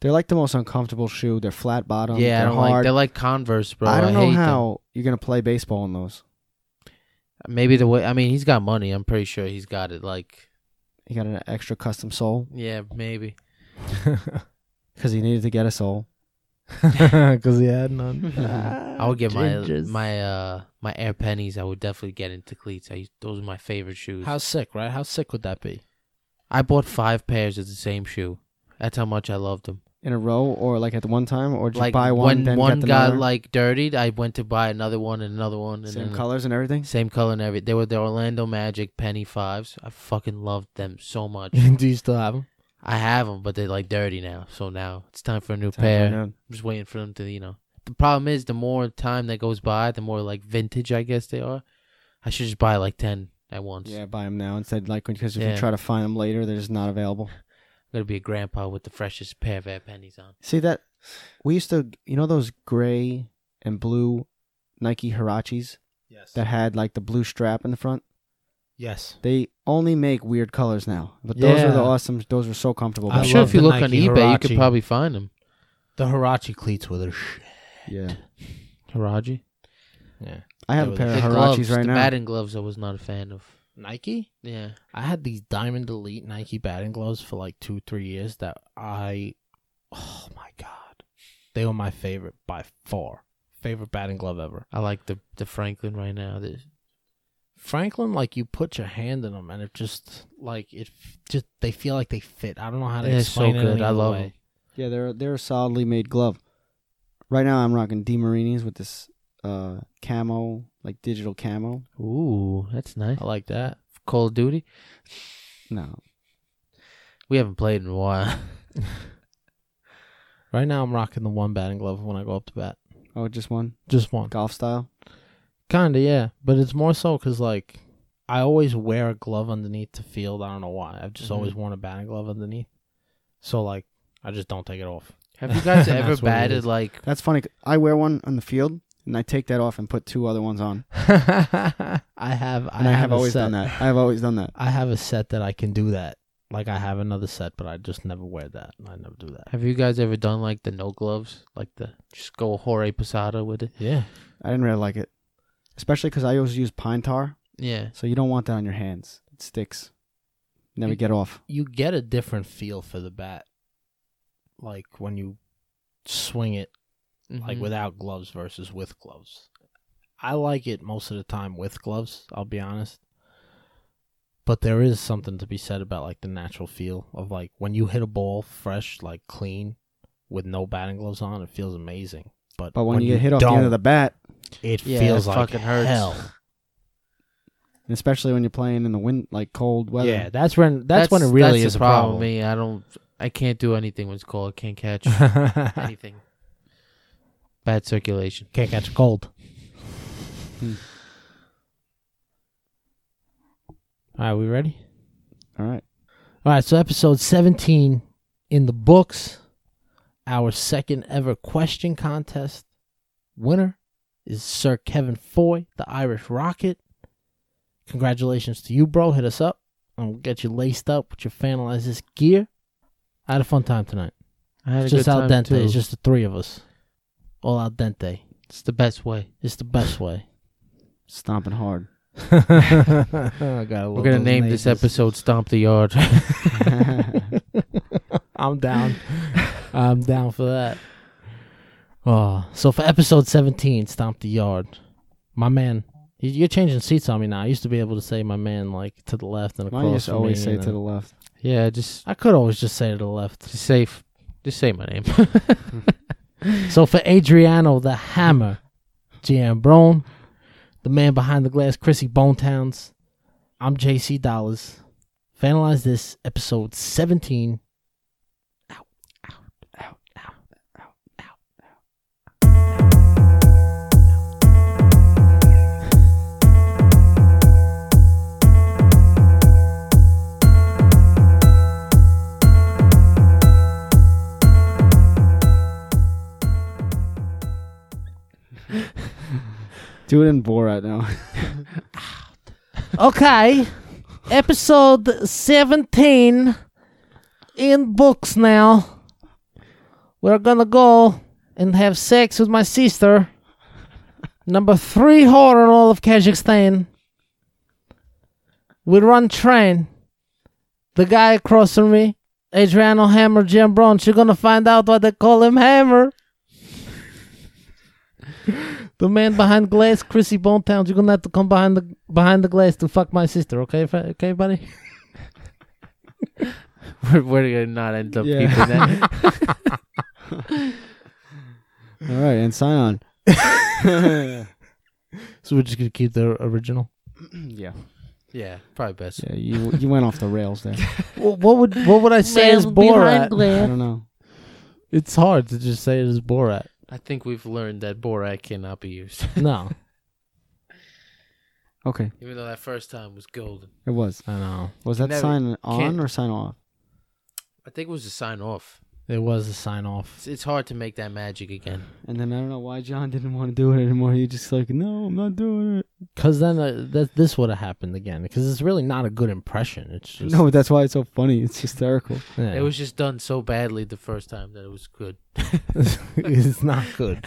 They're like the most uncomfortable shoe. They're flat bottom. um,
yeah, I
they're
don't like.
hard.
They're like Converse, bro.
I don't know
hate them.
how you're gonna play baseball in those.
Maybe the way I mean, he's got money. I'm pretty sure he's got it. Like,
He got an extra custom sole
yeah, maybe.
because he needed to get a sole.
because he had none.
I would get my
Gingers.
my uh my air pennies. I would definitely get into cleats. I used, those are my favorite shoes.
How sick, right? How sick would that be?
I bought five pairs of the same shoe. That's how much I loved them.
in a row or like at the one time or just
like
buy one
when
then
one
get the
got
other?
like dirtied, I went to buy another one and another one. And
same
then-
colors and everything
Same color and everything. They were the Orlando Magic penny fives. I fucking loved them so much.
Do you still have them?
I have them, but they're like dirty now. So now it's time for a new
Time
pair.
to know.
I'm just waiting for them to, you know. The problem is, the more time that goes by, the more like vintage I guess they are. I should just buy like ten at once.
yeah buy them now instead like because if
Yeah.
you try to find them later they're just not available
I'm gonna be a grandpa with the freshest pair of air pennies on.
see that we used to you know those gray and blue nike hirachis
Yes.
that had like the blue strap in the front
yes.
they only make weird colors now but those are
Yeah.
the awesome those were so comfortable
I
I'm
back
sure
love
if you
the
look on
Nike
eBay, you
Huarache.
could probably find them.
The Hirachi cleats were the shit.
then. yeah
Hiraji.
Yeah.
i have
They
a
were
pair
The
the-
of
gloves,
hirachis right
the
now
batting gloves, I was not a fan of.
Nike.
Yeah,
I had these Diamond Elite Nike batting gloves for like two, three years. That I, oh my god, they were my favorite by far. Favorite batting glove ever.
I like the the Franklin right now. The,
Franklin, like you put your hand in them, and it just like it f- just they feel like they fit. I don't know how to
They're so
explain it.
good.
any
I
other
love
way.
'em.
yeah they're they're a solidly made glove right now i'm rocking d marini's with this uh camo like digital camo
ooh, that's nice.
I like that.
Call of Duty.
no
We haven't played in a while.
Right now, I'm rocking the one batting glove when I go up to bat.
Oh, just one
Just one,
golf style.
kinda, yeah. But it's more so because like I always wear a glove underneath the field. I don't know why. I've just
Mhm.
always worn a batting glove underneath. So like I just don't take it off.
Have you guys
That's
ever
what it
batted
is.
like?
That's funny. 'cause I wear one on the field, and I take that off and put two other ones on.
I have. I,
And I, have
a
always
set.
done that. I have always done that.
I have a set that I can do that. Like I have another set, but I just never wear that. I never do that.
Have you guys ever done like the no gloves, like the just go Jorge Posada with it?
Yeah.
I didn't really like it, especially because I always use pine tar,
Yeah,
so you don't want that on your hands. It sticks. Never get off.
you get a different feel for the bat like when you swing it like
Mhm.
without gloves versus with gloves i like it most of the time with gloves i'll be honest but there is something to be said about like the natural feel of like when you hit a ball fresh like clean with no batting gloves on it feels amazing but,
But when, you get hit off the end of the
don't,
bat,
it
Yeah,
feels
it
like
fucking hurts.
hell
and especially when you're playing in the wind, like cold weather.
yeah that's when that's, when it really is
that's
a
the
problem,
Me, I don't, I can't do anything when it's cold. I can't catch anything. Bad circulation.
Hmm. can't catch a cold All right, we ready?
All right.
All right, so episode 17 in the books. Our second ever question contest winner is Sir Kevin Foy, the Irish Rocket. Congratulations to you, bro. Hit us up and we'll get you laced up with your Finalize This gear. I had a fun time tonight.
I had
It's
a
just
good
al
time,
dente.
too.
It's just the three of us. All al dente.
It's the best way.
It's the best way.
Stomping hard.
We're gonna name this episode "Stomp the Yard."
I'm down. I'm down for that. Oh, so for episode 17, Stomp the Yard, my man, you- you're changing seats on me now. I used to be able to say my man like to the left and
Why do
across.
you just
from
always
me
say
and
to
then-
the left?
yeah, just
I could always just say to the left.
just say, f- just say my name.
So for Adriano the Hammer, GM Brone, the man behind the glass, Chrissy Bonetowns, I'm JC Dollars. Finalize this episode 17.
Do it in Borat now.
Okay. episode 17 in books now. We're gonna go and have sex with my sister. Number three whore in all of Kazakhstan. We run train. The guy across from me, Adriano Hammer Jim Brown, you're gonna find out why they call him Hammer. the man behind glass, Chrissy Bonetowns, you're gonna have to come behind the behind the glass to fuck my sister, okay, fa- okay, buddy?
we're, we're gonna not end up
Yeah.
keeping that.
All right, and sign on.
So we're just gonna keep the original.
yeah.
yeah, probably best.
Yeah, you you went off the rails there.
what would what would I say is Borat?
I don't know.
It's hard to just say it is Borat.
I think we've learned that Borat cannot be used,
No,
Okay,
even though that first time was golden.
it was.
I know
Was that
Never-
sign on
can't-
or sign off?
I think it was a sign off.
there was a sign off.
It's, it's hard to make that magic again.
And then I don't know why John didn't want to do it anymore. He just like, no, I'm not doing it.
Cause then uh, that this would have happened again. Because it's really not a good impression. It's just
No, that's why it's so funny. It's hysterical.
yeah.
It was just done so badly the first time that it was good.
it's not good.